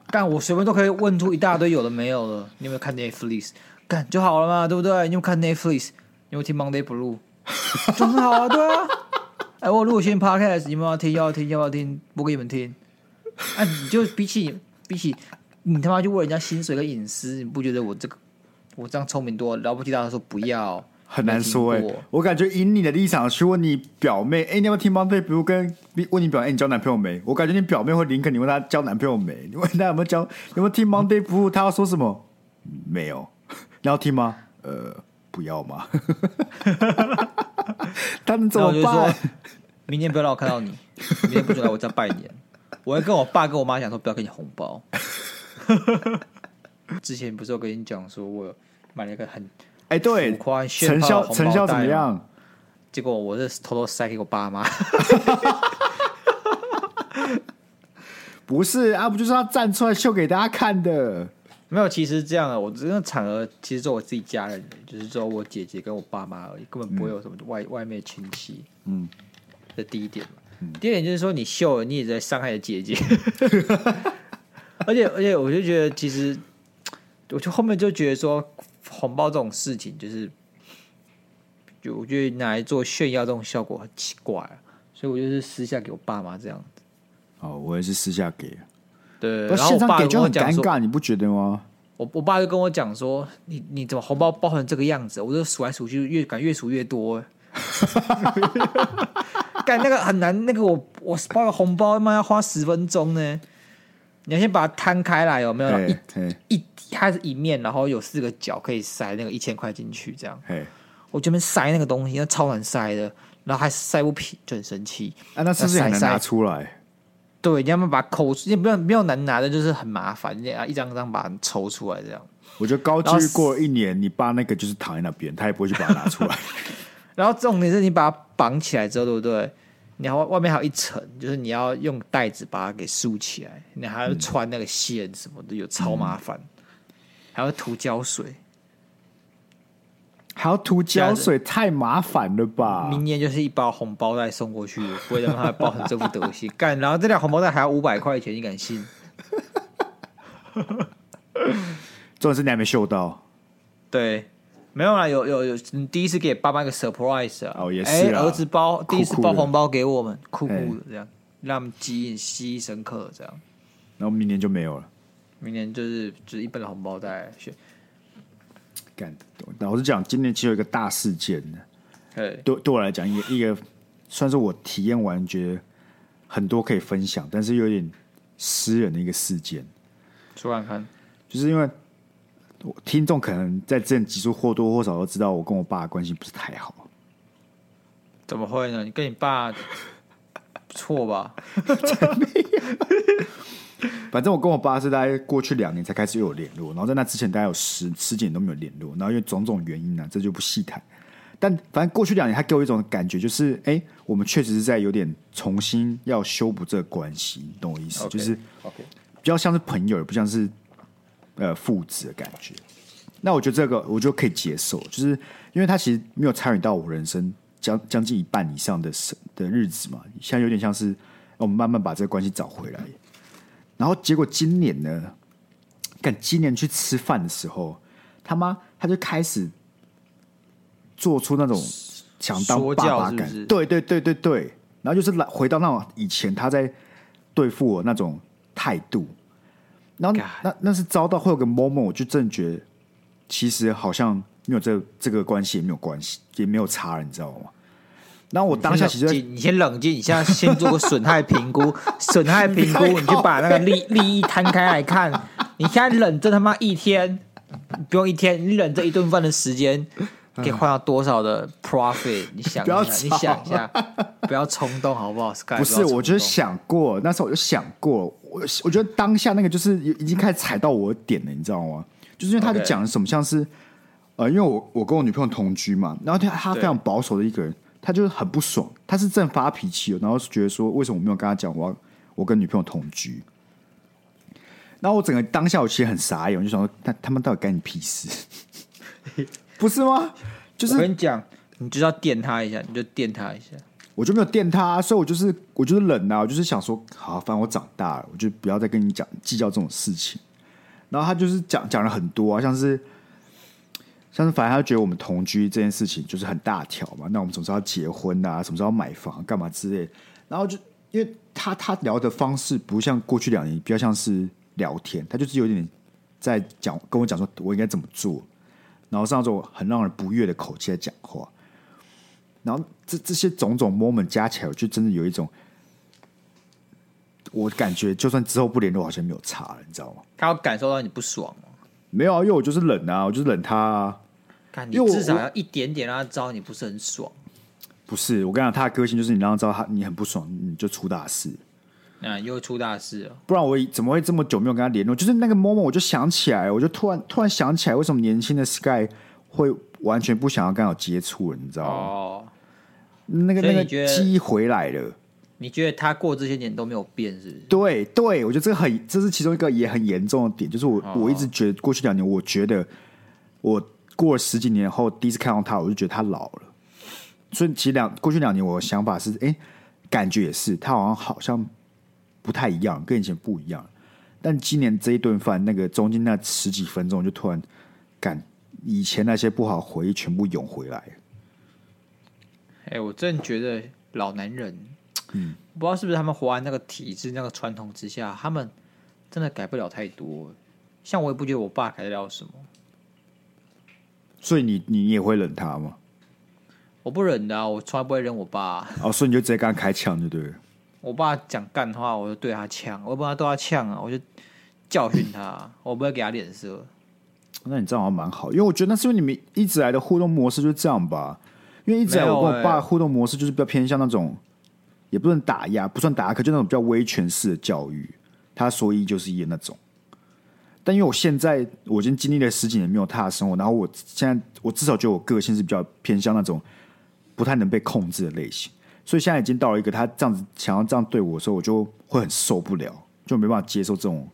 干，我随便都可以问出一大堆有的没有的。你有没有看 Netflix？干就好了嘛，对不对？你有没有看 Netflix？你有没有听 Monday Blue？就很好啊，对啊。哎，我录新 podcast，你们要听，要听，要不要听？播给你们听。哎、你就比起比起你他妈就为人家薪水跟隐私，你不觉得我这个我这样聪明多了？不起，大家说不要，很难说哎、没听过我感觉以你的立场去问你表妹，哎、你要不要听 Monday Blue？跟问你表妹、哎你交男朋友没？我感觉你表妹会林肯，你 问她交男朋友没？你问她有没有交，有没有听 Monday Blue？她要说什么？嗯没有。 你要听吗？呃，不要吗？ 他能怎然后我么就办说？明天不要让我看到你，明天不准来我家拜年。我会跟我爸跟我妈讲说，不要给你红包。 之前不是有跟你讲说，我买了一个很，哎、对浮夸，炫成炮效红包成效怎袋么吗样？结果我是偷偷塞给我爸妈。不是啊，不就是要站出来秀给大家看的？没有，其实这样的，啊我这个场合其实只有我自己家人，就是只有我姐姐跟我爸妈而已，根本不会有什么外、外面的亲戚。嗯，这第一点嘛。第二点就是说，你秀了，你也在伤害了姐姐。 而且而且，我就觉得其实，我就后面就觉得说，红包这种事情，就是就我觉得拿来做炫耀这种效果很奇怪、啊，所以我就是私下给我爸妈这样子。哦，我也是私下给，对，不呃然是后现我场爸给就跟我很讲尴说，尬，你不觉得吗？我我爸就跟我讲说，你你怎么红包包成这个样子？我就数来数去，越感越数越多、欸。 干那个很难，那个我我包个红包，他妈要花十分钟呢。你要先把它摊开来，有没有？嘿嘿呃一一它是一面，然后有四个角可以塞那个一千块进去，这样。嘿。我这边塞那个东西，那超难塞的，然后还塞不平，就很生气。啊，那是不是很那难塞拿出来？对，你要么把它抠出，也没有没有难拿的，就是很麻烦，你要一张张把它抽出来这样。我觉得高然几率后过了一年，你爸那个就是躺在那边，他也不会去把它拿出来。然后重点是你把它绑起来之后，对不对？你还外面还有一层，就是你要用带子把它给束起来，你还要穿那个线什么的，有超麻烦，嗯还要涂胶水。还要涂胶水，太麻烦了吧？明年就是一包红包袋送过去，不会让它包成这副 德行。干，然后这条红包袋还要五百块钱，你敢信？重点是你还没嗅到，对，没有啦，有有有，你第一次给爸妈一个 surprise 啊，哦也是哎啦儿子包第一次酷酷包的红包给我们，酷酷哎的这样，让他们记忆记忆深刻这样。然后明年就没有了。明年就是就是一般的红包袋选，干，老实讲，今年其实有一个大事件呢，对，对对我来讲，一个一个算是我体验完觉得很多可以分享，但是有点私人的一个事件，说看看，就是因为我听众可能在这集数或多或少都知道，我跟我爸的关系不是太好。怎么会呢？你跟你爸 错吧？反正我跟我爸是大概过去两年才开始又有联络，然后在那之前大概有十十几年都没有联络，然后因为种种原因呢、这就不细谈。但反正过去两年，他给我一种感觉，就是哎、诶我们确实是在有点重新要修补这个关系，你懂我意思 OK 就是 OK，比较像是朋友，也不像是呃父子的感觉。那我觉得这个我就可以接受，就是因为他其实没有参与到我人生将将近一半以上的生的日子嘛，现在有点像是哦我们慢慢把这个关系找回来。然后结果今年呢，干今年去吃饭的时候，他妈他就开始做出那种想当说爸教爸是不感，是对对对对对，然后就是来回到那种以前他在对付我那种态度，然后 God 那那是遭到会有个 moment，我就真的觉得其实好像没有这这个关系也没有关系，也没有差了，你知道吗？然后我当下其实在你先冷静你先冷静，你现在先做个损害评 估，损害评估，你就把那个利利益摊开来看。你现在忍这他妈一天，不用一天，你忍这一顿饭的时间，可以换到多少的 profit？你想一不要下，你吵想一下，不要冲动好不好？Sky 不要是，冲我就是动想过，那时候我就想过，我我觉得当下那个就是已经开始踩到我的点了，你知道吗？就是因为他就 OK 讲什么像是呃，因为我我跟我女朋友同居嘛，然后他他对非常保守的一个人，他就是很不爽，他是正发脾气哦，然后觉得说为什么我没有跟他讲我要我跟女朋友同居？然后我整个当下我其实很傻眼，我就想说他他们到底干你屁事？ 不是吗？就是我跟你讲，你就要电他一下，你就电他一下。我就没有电他、所以我就是我就是忍啊，我就是想说，好，反正我长大了，我就不要再跟你讲计较这种事情。然后他就是讲讲了很多啊，像是像是反正他觉得我们同居这件事情就是很大条嘛，那我们什么时候要结婚啊，什么时候要买房、干嘛之类的。然后就因为他他聊的方式不像过去两年，比较像是聊天，他就是有点在讲跟我讲说我应该怎么做，然后是那种很让人不悦的口气在讲话。然后这这些种种 moment 加起来，我就真的有一种，我感觉就算之后不联络，好像没有差了，你知道吗？他要感受到你不爽哦没有啊，因为我就是冷啊，我就是冷他啊。看你因为我至少我要一点点让他知道你不是很爽。不是，我跟你讲，他的个性就是你让他知道他你很不爽，你就出大事。啊，又出大事了！不然我怎么会这么久没有跟他联络？就是那个 moment，我就想起来，我就突然突然想起来，为什么年轻的 Sky 会完全不想要跟我接触了？你知道吗？哦，那个所以那你个觉得记忆回来了。你觉得他过这些年都没有变，是不是？对对，我觉得这个很，这是其中一个也很严重的点，就是我、我一直觉得过去两年，我觉得我过了十几年后第一次看到他，我就觉得他老了。所以其实两过去两年，我的想法是，哎、感觉也是，他好像好像不太一样，跟以前不一样。但今年这一顿饭，那个中间那十几分钟，就突然感以前那些不好的回忆全部涌回来。哎、我真的觉得老男人，嗯，不知道是不是他们活在那个体制、那个传统之下，他们真的改不了太多。像我也不觉得我爸改得了什么，所以你你也会忍他吗？我不忍的、啊，我从来不会忍我爸啊、哦，所以你就直接跟他开枪就对了。我爸讲干话，我就对他呛，我也不知道对他呛啊，我就教训他啊，我不会给他脸色。那你这样好像蛮好，因为我觉得那是因为你们一直来的互动模式就是这样吧。因为一直来没有我跟我欸爸的互动模式就是比较偏向那种，也不能打压，不算打压，可就那种比较威权式的教育，他说一就是一的那种。但因为我现在我已经经历了十几年没有他的生活，然后我现在我至少觉得我个性是比较偏向那种不太能被控制的类型，所以现在已经到了一个他这样子想要这样对我的时候，我就会很受不了，就没办法接受这种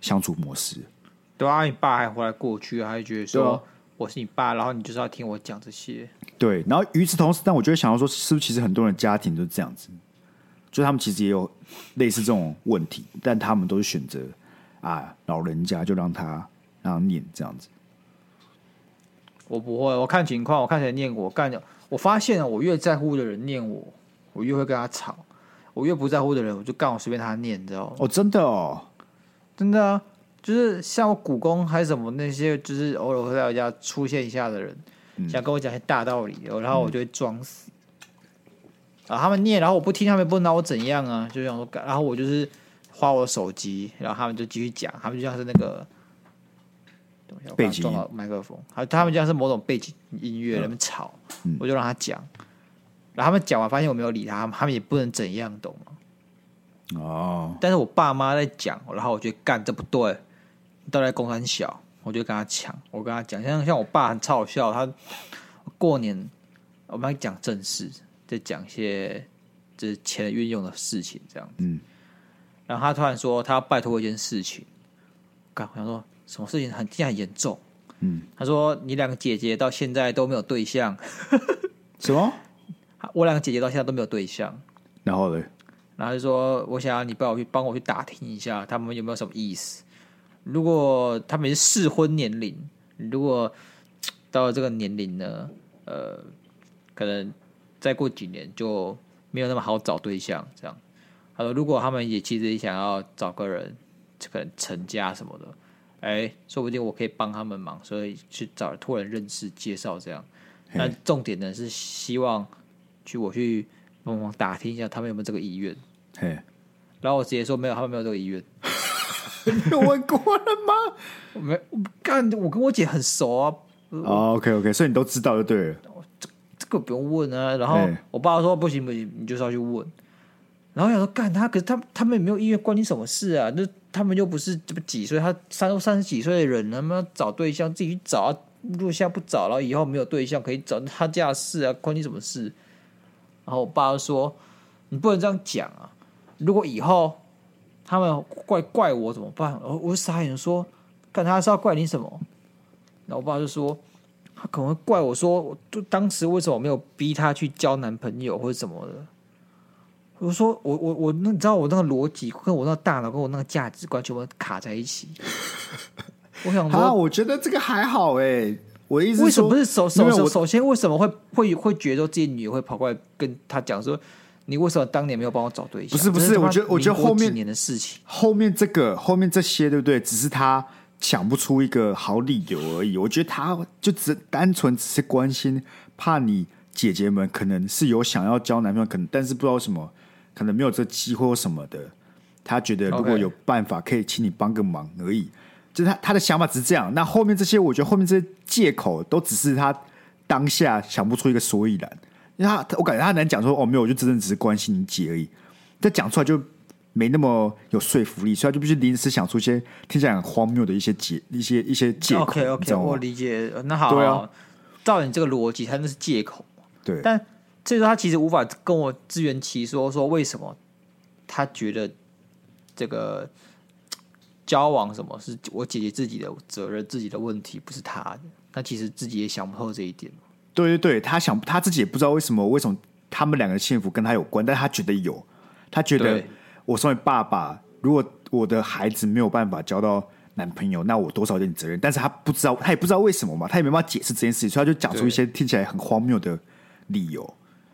相处模式。对啊，你爸还活在过去啊，他就觉得说、对啊我是你爸，然后你就是要听我讲这些。对，然后与此同时，但我就会想到说，是不是其实很多人的家庭都是这样子，就他们其实也有类似这种问题，但他们都是选择啊，老人家就让他让他念这样子。我不会，我看情况，我看谁念我干掉。我发现了，我越在乎的人念我，我越会跟他吵；我越不在乎的人，我就干我随便他念，你知道吗？哦，真的哦，真的啊，就是像我股肱还是什么那些，就是偶尔会在我家出现一下的人，嗯想跟我讲一些大道理，然后我就会装死。啊，他们念，然后我不听，他们也不能拿我怎样啊，就想说干，然后我就是花我手机，然后他们就继续讲，他们就像是那个。等一下我背刚景嗯撞到麦克风，他他们就像是某种背景音乐，在那边吵，我就让他讲，然后他们讲完发现我没有理他，他们也不能怎样，懂吗？哦，但是我爸妈在讲，然后我觉得干这不对，你到底在公山小，我就跟他抢，我跟他讲，像像我爸很超好笑，他过年我们还讲正事，在讲一些就是钱的运用的事情这样子，嗯，然后他突然说他要拜托我一件事情，干我想说什么事情很竟然很严重，嗯，他说你两个姐姐到现在都没有对象，什么？我两个姐姐到现在都没有对象，然后呢？然后就说我想要你帮我去帮我去打听一下，他们有没有什么意思？如果他们是适婚年龄，如果到了这个年龄呢，呃，可能再过几年就没有那么好找对象。这样，他说如果他们也其实也想要找个人，可能成家什么的，哎，说不定我可以帮他们忙，所以去找托人认识介绍这样。但重点呢是希望去我去帮忙打听一下他们有没有这个意愿。嘿，然后我直接说没有，他们没有这个意愿。有问过了吗、我没我干，我跟我姐很熟啊，哦、？OK OK，所以你都知道就对了。这个不用问啊。然后哎我爸说不行不行，你就是要去问。然后我想说干他，可是他他们也没有意愿，关你什么事啊？那他们又不是这么几岁，他三三十几岁的人，他们要找对象自己去找啊。如果现在不找，然后以后没有对象可以找，他家的事啊，关你什么事？然后我爸就说：“你不能这样讲啊！如果以后他们怪怪我怎么办？”我我就傻眼说：“干他是要怪你什么？”然后我爸就说：“他可能会怪我说，我就当时为什么没有逼他去交男朋友或者什么的。”我说：“我我我，那你知道我那个逻辑跟我那个大脑跟我那个价值观全部卡在一起。我想啊，说，我觉得这个还好哎、我的意思为是什说，么是首没首有首我首先为什么会会会觉得自己女儿会跑过来跟他讲说，你为什么当年没有帮我找对象？不是不是这他妈我觉得我觉得民国后面几年的事情，后面这个后面这些对不对？只是他想不出一个好理由而已。我觉得他就只单纯只是关心，怕你姐姐们可能是有想要交男朋友，可能但是不知道为什么，可能没有这机会或什么的。他觉得如果 OK 有办法，可以请你帮个忙而已。就是他他的想法只是这样。那后面这些，我觉得后面这些借口都只是他当下想不出一个所以然。因为他我感觉他很难讲说哦没有，我就真的只是关心你姐而已。但讲出来就没那么有说服力，所以他就必须临时想出一些听起来很荒谬的一些解、一些一些借口 OK 你 OK，知道我吗？理解。呃那好，对啊好照你这个逻辑，他那是借口。对，但这时候他其实无法跟我自圆其说，说为什么他觉得这个嘖交往什么是我姐姐自己的责任、自己的问题，不是他的。他其实自己也想不透这一点。对对对，他想他自己也不知道为什么，为什么他们两个的幸福跟他有关，但他觉得有，他觉得对我身为爸爸，如果我的孩子没有办法交到男朋友，那我多少有点责任，但是他不知道，他也不知道为什么嘛，他也没办法解释这件事情，所以他就讲出一些听起来很荒谬的理由，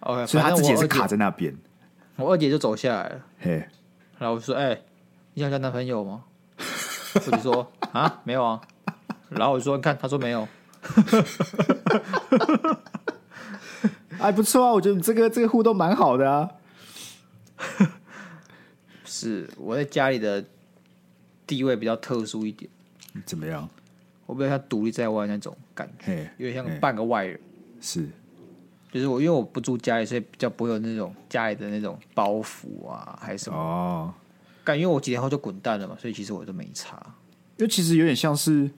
OK，所以他自己也是卡着。在那边。我二姐就走下来了，嘿，然后我就说：“哎、你想交男朋友吗？”我就说：“啊，没有啊。”然后我就说：“你看，他说没有。 哎，不错啊，我觉得你这个这个互动蛮好的啊。”是我在家里的地位比较特殊一点，怎么样？我比较像独立在外那种感觉，嘿，有点像嘿半个外人。是就是我，因为我不住家里，所以比较不会有那种家里的那种包袱啊，还是什么。哦，感因为我几天后就滚蛋了嘛，所以其实我都没差。因为其实有点像是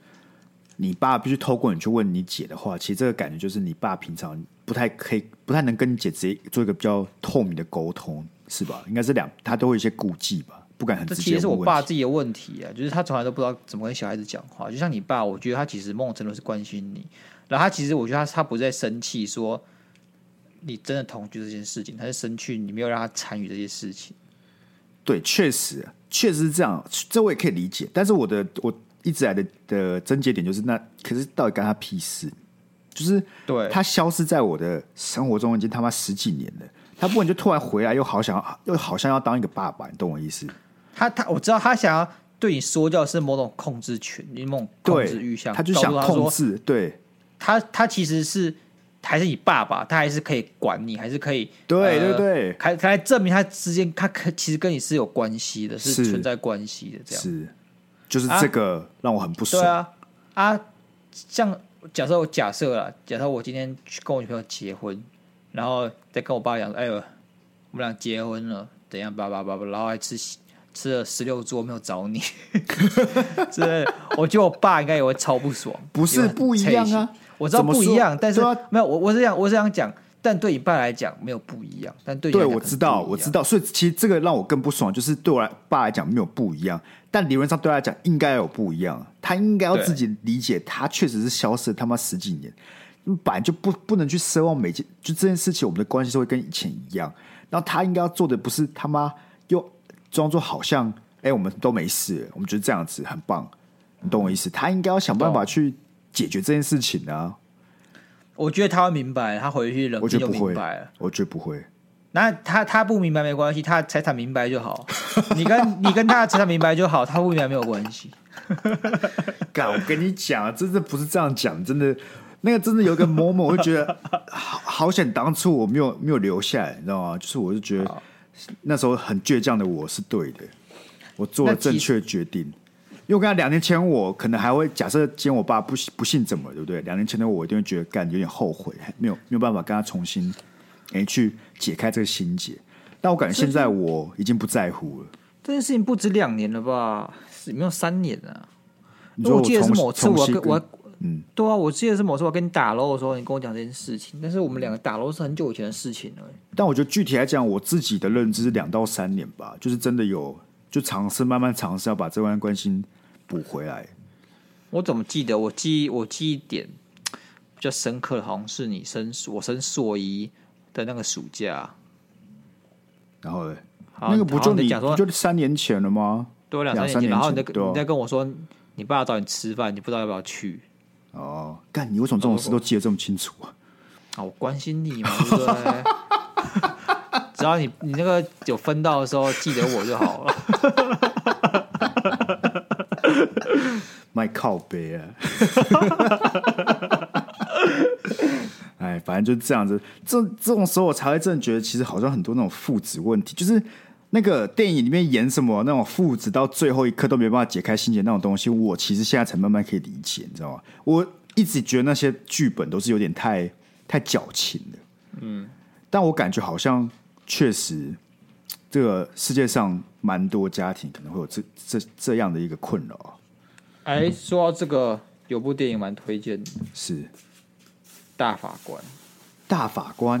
你爸必须透过你去问你姐的话，其实这个感觉就是你爸平常不太可以、不太能跟你姐直接做一个比较透明的沟通，是吧？应该是两，他都会有一些顾忌吧，不敢很这直其接实是问我问爸题自己的问题啊，就是他从来都不知道怎么跟小孩子讲话。就像你爸，我觉得他其实某种程度是关心你，然后他其实我觉得他他不是在生气说你真的同居这件事情，他是生气你没有让他参与这些事情。对，确实，啊确实是这样，这我也可以理解。但是我的我一直来的的症结点就是那，可是到底干他屁事？就是对，他消失在我的生活中已经他妈十几年了，他不然就突然回来，又好想又好像要当一个爸爸，你懂我意思？他他我知道他想要对你说教是某种控制权，某种控制欲对，向，他就告诉想他说控制，对他他其实是还是你爸爸，他还是可以管你，还是可以对呃对对，还还证明他之间他可其实跟你是有关系的，是是存在关系的这样。是，就是啊这个让我很不对爽。啊啊，像假设我假设了，假设我今天去跟我女朋友结婚，然后再跟我爸讲，哎呦，我们俩结婚了，怎样，叭叭叭叭，然后还吃喜吃了十六桌没有找你， 之类的，我觉得我爸应该也会超不爽，不是也会很不一样啊气，我知道怎么不一说样，但是、对啊没有，我我是想我是想讲，但对你爸来讲没有不一样，但对你对，来讲我可能知道，不一我样知道，所以其实这个让我更不爽，就是对我来爸来讲没有不一样，但理论上对他来讲应该有不一样，他应该要对自己理解，他确实是消失了他妈十几年，本来就不不能去奢望每件就这件事情，我们的关系是会跟以前一样，然后他应该要做的不是他妈又装作好像哎、我们都没事了，我们就是这样子很棒，你懂我意思？他应该要想办法去解决这件事情啊，我觉得他会明白，他回去冷我静觉就得不会明白了。，我觉得不会。那他他不明白没关系，他财产明白就 好。你跟你跟他的财产明白就好，他不明白没有关系。干，我跟你讲啊，真的不是这样讲，真的，那个真的有一个 moment，我就觉得 好好想当初我没有没有留下来，你知道吗？就是我就觉得那时候很倔强的我是对的，我做了那其正确决定。因为我跟他两年前我可能还会假设今天我爸不不幸怎么了，对不对？两年前的我一定会觉得干有点后悔，没嗯有没有办法跟他重新哎、去解开这个心结。但我感觉现在我已经不在乎了。这件事情不止两年了吧？是没有三年了、啊。你说我记得是重某次我重要新跟我要嗯，对啊，我记得是某次我跟你打捞的时候，你跟我讲这件事情，但是我们两个打捞是很久以前的事情了、但我觉得具体来讲，我自己的认知是两到三年吧，就是真的有就尝试慢慢尝试要把这段关系补回来。我怎么记得？我记我记忆点比较深刻的，好像是你升我升硕一的那个暑假，然后呢，好那个不就好像你讲说不就三年前了吗？对两两年三前，年然后你前再对啊你再跟我说你爸找你吃饭，你不知道要不要去。哦，干，你为什么这种事都记得这么清楚啊？啊，我关心你嘛，对不对？ 只要你你那个有分到的时候记得我就好了。卖靠背啊！ 哎，反正就是这样子。这这种时候，我才会真的觉得，其实好像很多那种父子问题，就是那个电影里面演什么那种父子到最后一刻都没办法解开心结那种东西，我其实现在才慢慢可以理解，你知道吗？我一直觉得那些剧本都是有点太太矫情了，嗯，但我感觉好像确实。这个世界上蛮多家庭可能会有这这这样的一个困扰啊，哎，说到这个，有部电影蛮推荐的，《是大法官》，大法官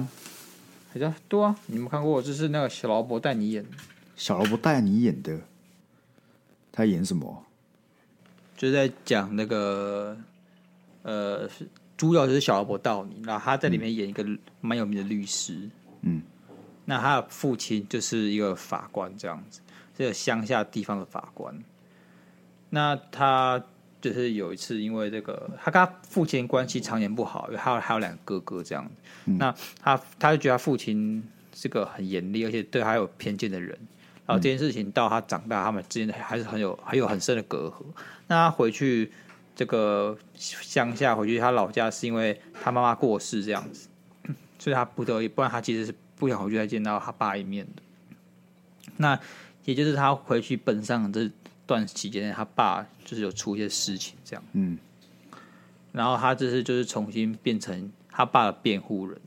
好像对啊，你们看过？就是那个小劳勃带你演的，小萝卜带你演的，他演什么？就是在讲那个呃，是主角就是小劳勃道尼，然后他在里面演一个蛮有名的律师，嗯，那他的父亲就是一个法官，这样子，是个乡下地方的法官。那他就是有一次，因为这个他跟他父亲关系常年不好，因为还有还有两个哥哥这样子。那他他就觉得他父亲是个很严厉，而且对他有偏见的人。然后这件事情到他长大，他们之间还是很有还有很深的隔阂。那他回去这个乡下，回去他老家，是因为他妈妈过世这样子。 所以他不得已，不然他其实是不想回去再见到他爸一面的。那也就是他回去奔丧这段期间，他爸就是有出一些事情这样，嗯，然后他这次就是重新变成他爸的辩护人，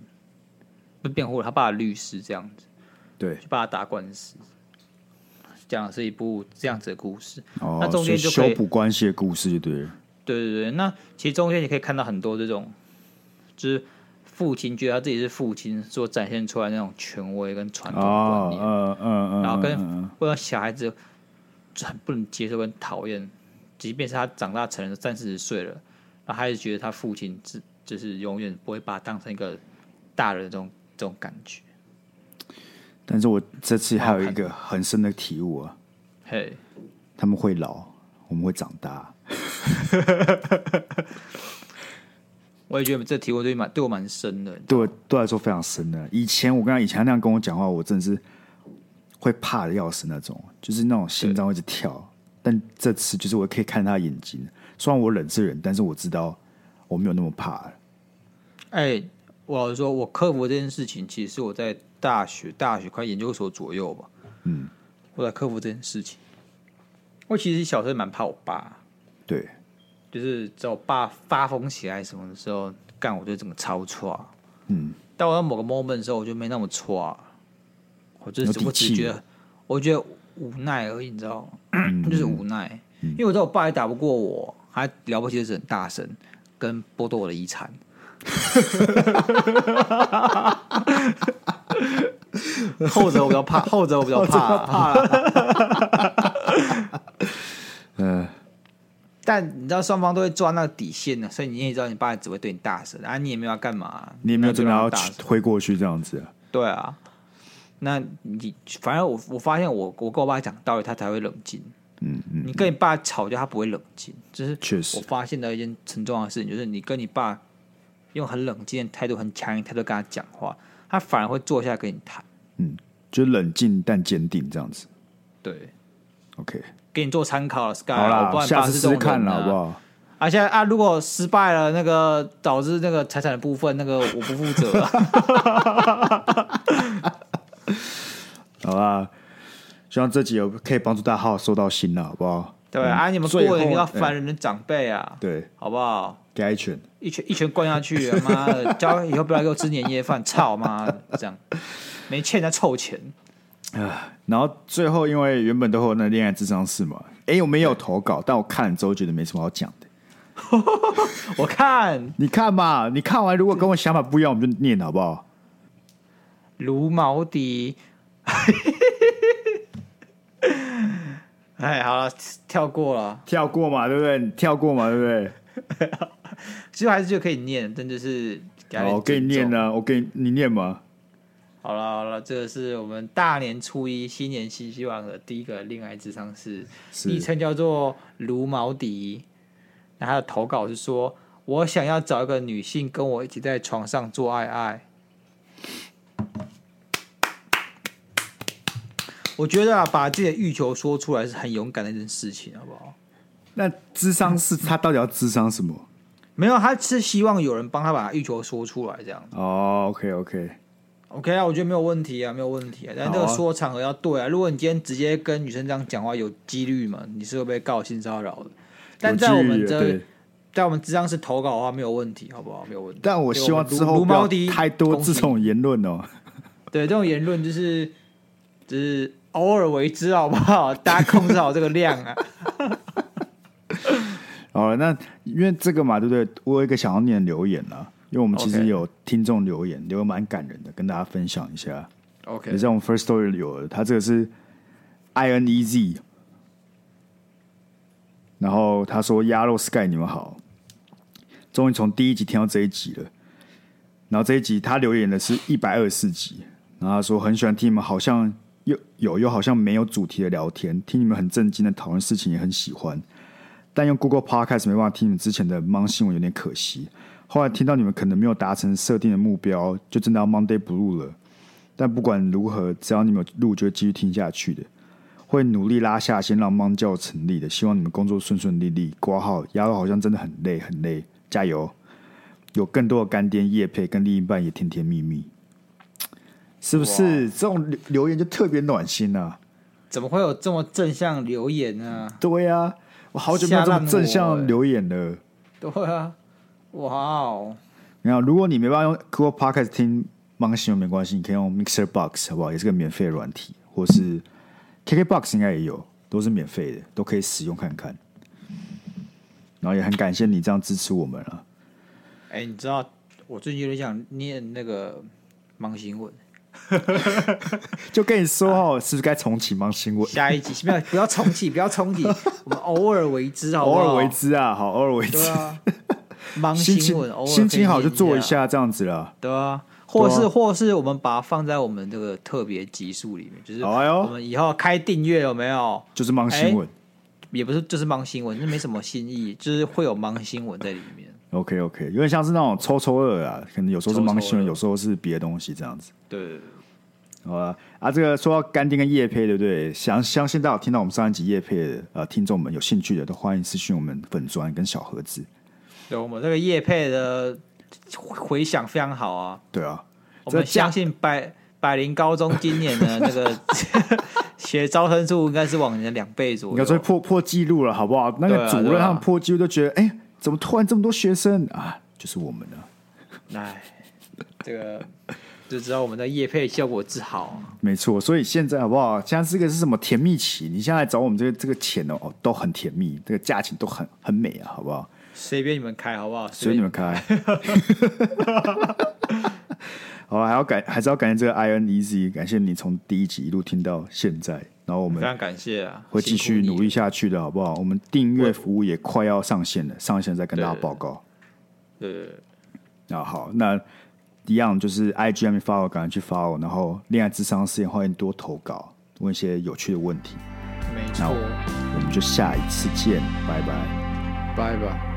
不是辩护人，他爸的律师这样子，对，去帮他打官司。讲的是一部这样子的故事。哦，那中间就所以可以修补关系的故事，就对了。对对对，那其实中间你可以看到很多这种，就是父亲觉得他自己是父亲所展现出来那种权威跟传统观哦，念，嗯嗯嗯，然后跟嗯嗯为了小孩子很不能接受跟讨厌，即便是他长大成人三四十岁了，然后还是觉得他父亲是就是永远不会把他当成一个大人的这种这种感觉。但是我这次还有一个很深的体悟啊，嘿，他们会老，我们会长大。我也觉得这题我对蛮对我蛮深的。对我对我来说非常深的。以前我跟他以前他那样跟我讲话，我真的是会怕的要死那种，就是那种心脏会一直跳。但这次就是我可以看他的眼睛，虽然我忍是忍，但是我知道我没有那么怕了。哎、我老实说，我克服这件事情，其实是我在大学、大学快研究所左右吧，嗯，我在克服这件事情。我其实小时候蛮怕我爸，对，就是在我爸发疯起来什么的时候，干我就整个超错。嗯，但我到某个 moment 的时候，我就没那么错，我就有是底我只气觉得，我觉得无奈而已，你知道吗？嗯 就是无奈，因为我知道我爸也打不过我，还了不起就是很大声，跟剥夺我的 遗产。后者我比较怕，后者我比较怕，啊怕 呃，但你知道双方都会抓那个底线的，所以你也知道你爸只会对你大声，啊，你也没有要干嘛，你也没有真的那要就让他大去声推过去这样子啊、对啊，那你反正我我发现我我跟我爸讲道理，他才会冷静。嗯嗯，你跟你爸吵架，他不会冷静。就是确实我发现的一件沉重的事情，就是你跟你爸用很冷静的态度、很强硬的态度跟他讲话，他反而会坐下来跟你谈，就冷静但坚定这样子。对， OK，给你做参考了。Sky，好啊我不啦，然下爸次是试这试种看人啦，啊好不好？而且啊，如果失败了，那个导致那个财产的部分，那个我不负责、啊 好啦，希望这集有可以帮助大家好好收到心了，好不好？对啊，你们过最后年遇到嗯烦人的长辈啊，对，好不好？给他一拳。一拳一拳灌下去，妈的，教以后不要给我吃年夜饭，操妈的，这样没欠人家臭钱。然后最后，因为原本都会有那恋爱智商室嘛，哎，我们也有投稿，但我看了之后觉得没什么好讲的。我看你看嘛，你看完如果跟我想法不一样，我们就念好不好？卢毛迪，哎，好了，跳过了，跳过嘛，对不对？你跳过嘛，对不对？其实还是就可以念，真的是给他好，点我给你念啊尊重。呢，我给你你念嘛。好了好了，这个是我们大年初一新年新希望的第一个恋爱智商是。昵是称叫做卢毛迪。那他的投稿是说：“我想要找一个女性跟我一起在床上做爱爱。”我觉得啊，把自己的欲求说出来是很勇敢的一件事情，好不好？那智商是他到底要智商什么？没有，他是希望有人帮他把欲求说出来，这样哦，OK OK， OK 啊？我觉得没有问题啊，没有问题啊。但这个好啊说场合要对啊。如果你今天直接跟女生这样讲话，有几率嘛，你是会被告性骚扰的。但在我们有距离了啊这对，在我们智商是投稿的话没有问题，好不好？没有问题。但我希望对之后卢不猫要迪太多恭这喜种言论哦。对这种言论就是就是偶尔为之，好不好？大家控制好这个量 啊。好了，那因为这个嘛，对不对？我有一个想要念的留言啊，因为我们其 OK 实有听众留言，留言蛮感人的，跟大家分享一下。 OK，也是我们 First Story 有的，他这个是 I N E Z，然后他说鸭肉 Sky 你们好，终于从第一集听到这一集了，然后这一集他留言的是一百二十四集，然后他说很喜欢听你们好像又有又好像没有主题的聊天，听你们很震惊的讨论事情也很喜欢，但用 Google Podcast 没办法听你们之前的忙新闻有点可惜。后来听到你们可能没有达成设定的目标，就真的要 Monday Blue 了。但不管如何，只要你们有录，就会继续听下去的。会努力拉下线，让邦教成立的。希望你们工作顺顺利利。挂号，鸭肉好像真的很累，很累，加油！有更多的干爹叶配，跟另一半也甜甜蜜蜜，是不是？这种留留言就特别暖心啊！怎么会有这么正向留言呢、对呀、啊，我好久没有这吓么烂正我向欸留言了。对啊，哇哦，然后，如果你没办法用 Google Podcast 听 m a n 新闻没关系，你可以用 Mixer Box 好不好？也是个免费的软体，或是 KKBox 应该也有，都是免费的，都可以使用看看。然后也很感谢你这样支持我们啊了。哎、你知道我最近有点想念那个芒新文，就跟你啊说哦，是不是该重启忙新闻？下一集 不要不要重启，不要重启，我们偶尔为之，好不偶好？尔为，之啊，好，偶尔为之 对。啊，芒心新文，偶情尔心情好就做做一，下这样子了。对啊。或对是，啊或是我们把它放在我们这个特别集数里面，就是哎呦我们以后开订阅有没有？就是忙新闻。也不是就是mang 新闻，那没什么新意，就是会有 mang 新闻在里面。 OK OK，有点像是那种抽抽二啊，可能有时候是抽抽忙新闻，二有时候是别的东西这样子。对，好了啊，这个说到干爹跟叶配，对不对？相相信大家有听到我们上一集叶配的呃听众们有兴趣的，都欢迎私讯我们粉砖跟小盒子。对我们这个叶配的回响非常好啊，对啊，我这们价相信百百灵高中今 年的那个 学招生数应该是往年的两倍左应该说右。破破纪录了，好不好？那对个啊主任对啊他们破纪录都觉得，哎、怎么突然这么多学生啊？就是我们啊，哎，这个就知道我们的叶配效果之好啊、没错。所以现在好不好？现在这个是什么甜蜜期？你现在来找我们这个这个钱哦，哦，都很甜蜜，这个价钱都很很美啊，好不好？随便你们开好不好？随你们开。 好啊，还要感还是要感谢这个 I N E Z，感谢你从第一集一路听到现在，然后我非们常感谢啊，会继续辛苦你努力。下去的，好不好？我们订阅服务也快要上线了，上线再跟大家对报告。对，啊，好，那一样就是 IG 还没发我，赶快去发我。然后恋爱智商试验欢迎多投稿，问一些有趣的问题。没那错我，我们就下一次见，拜拜。拜拜。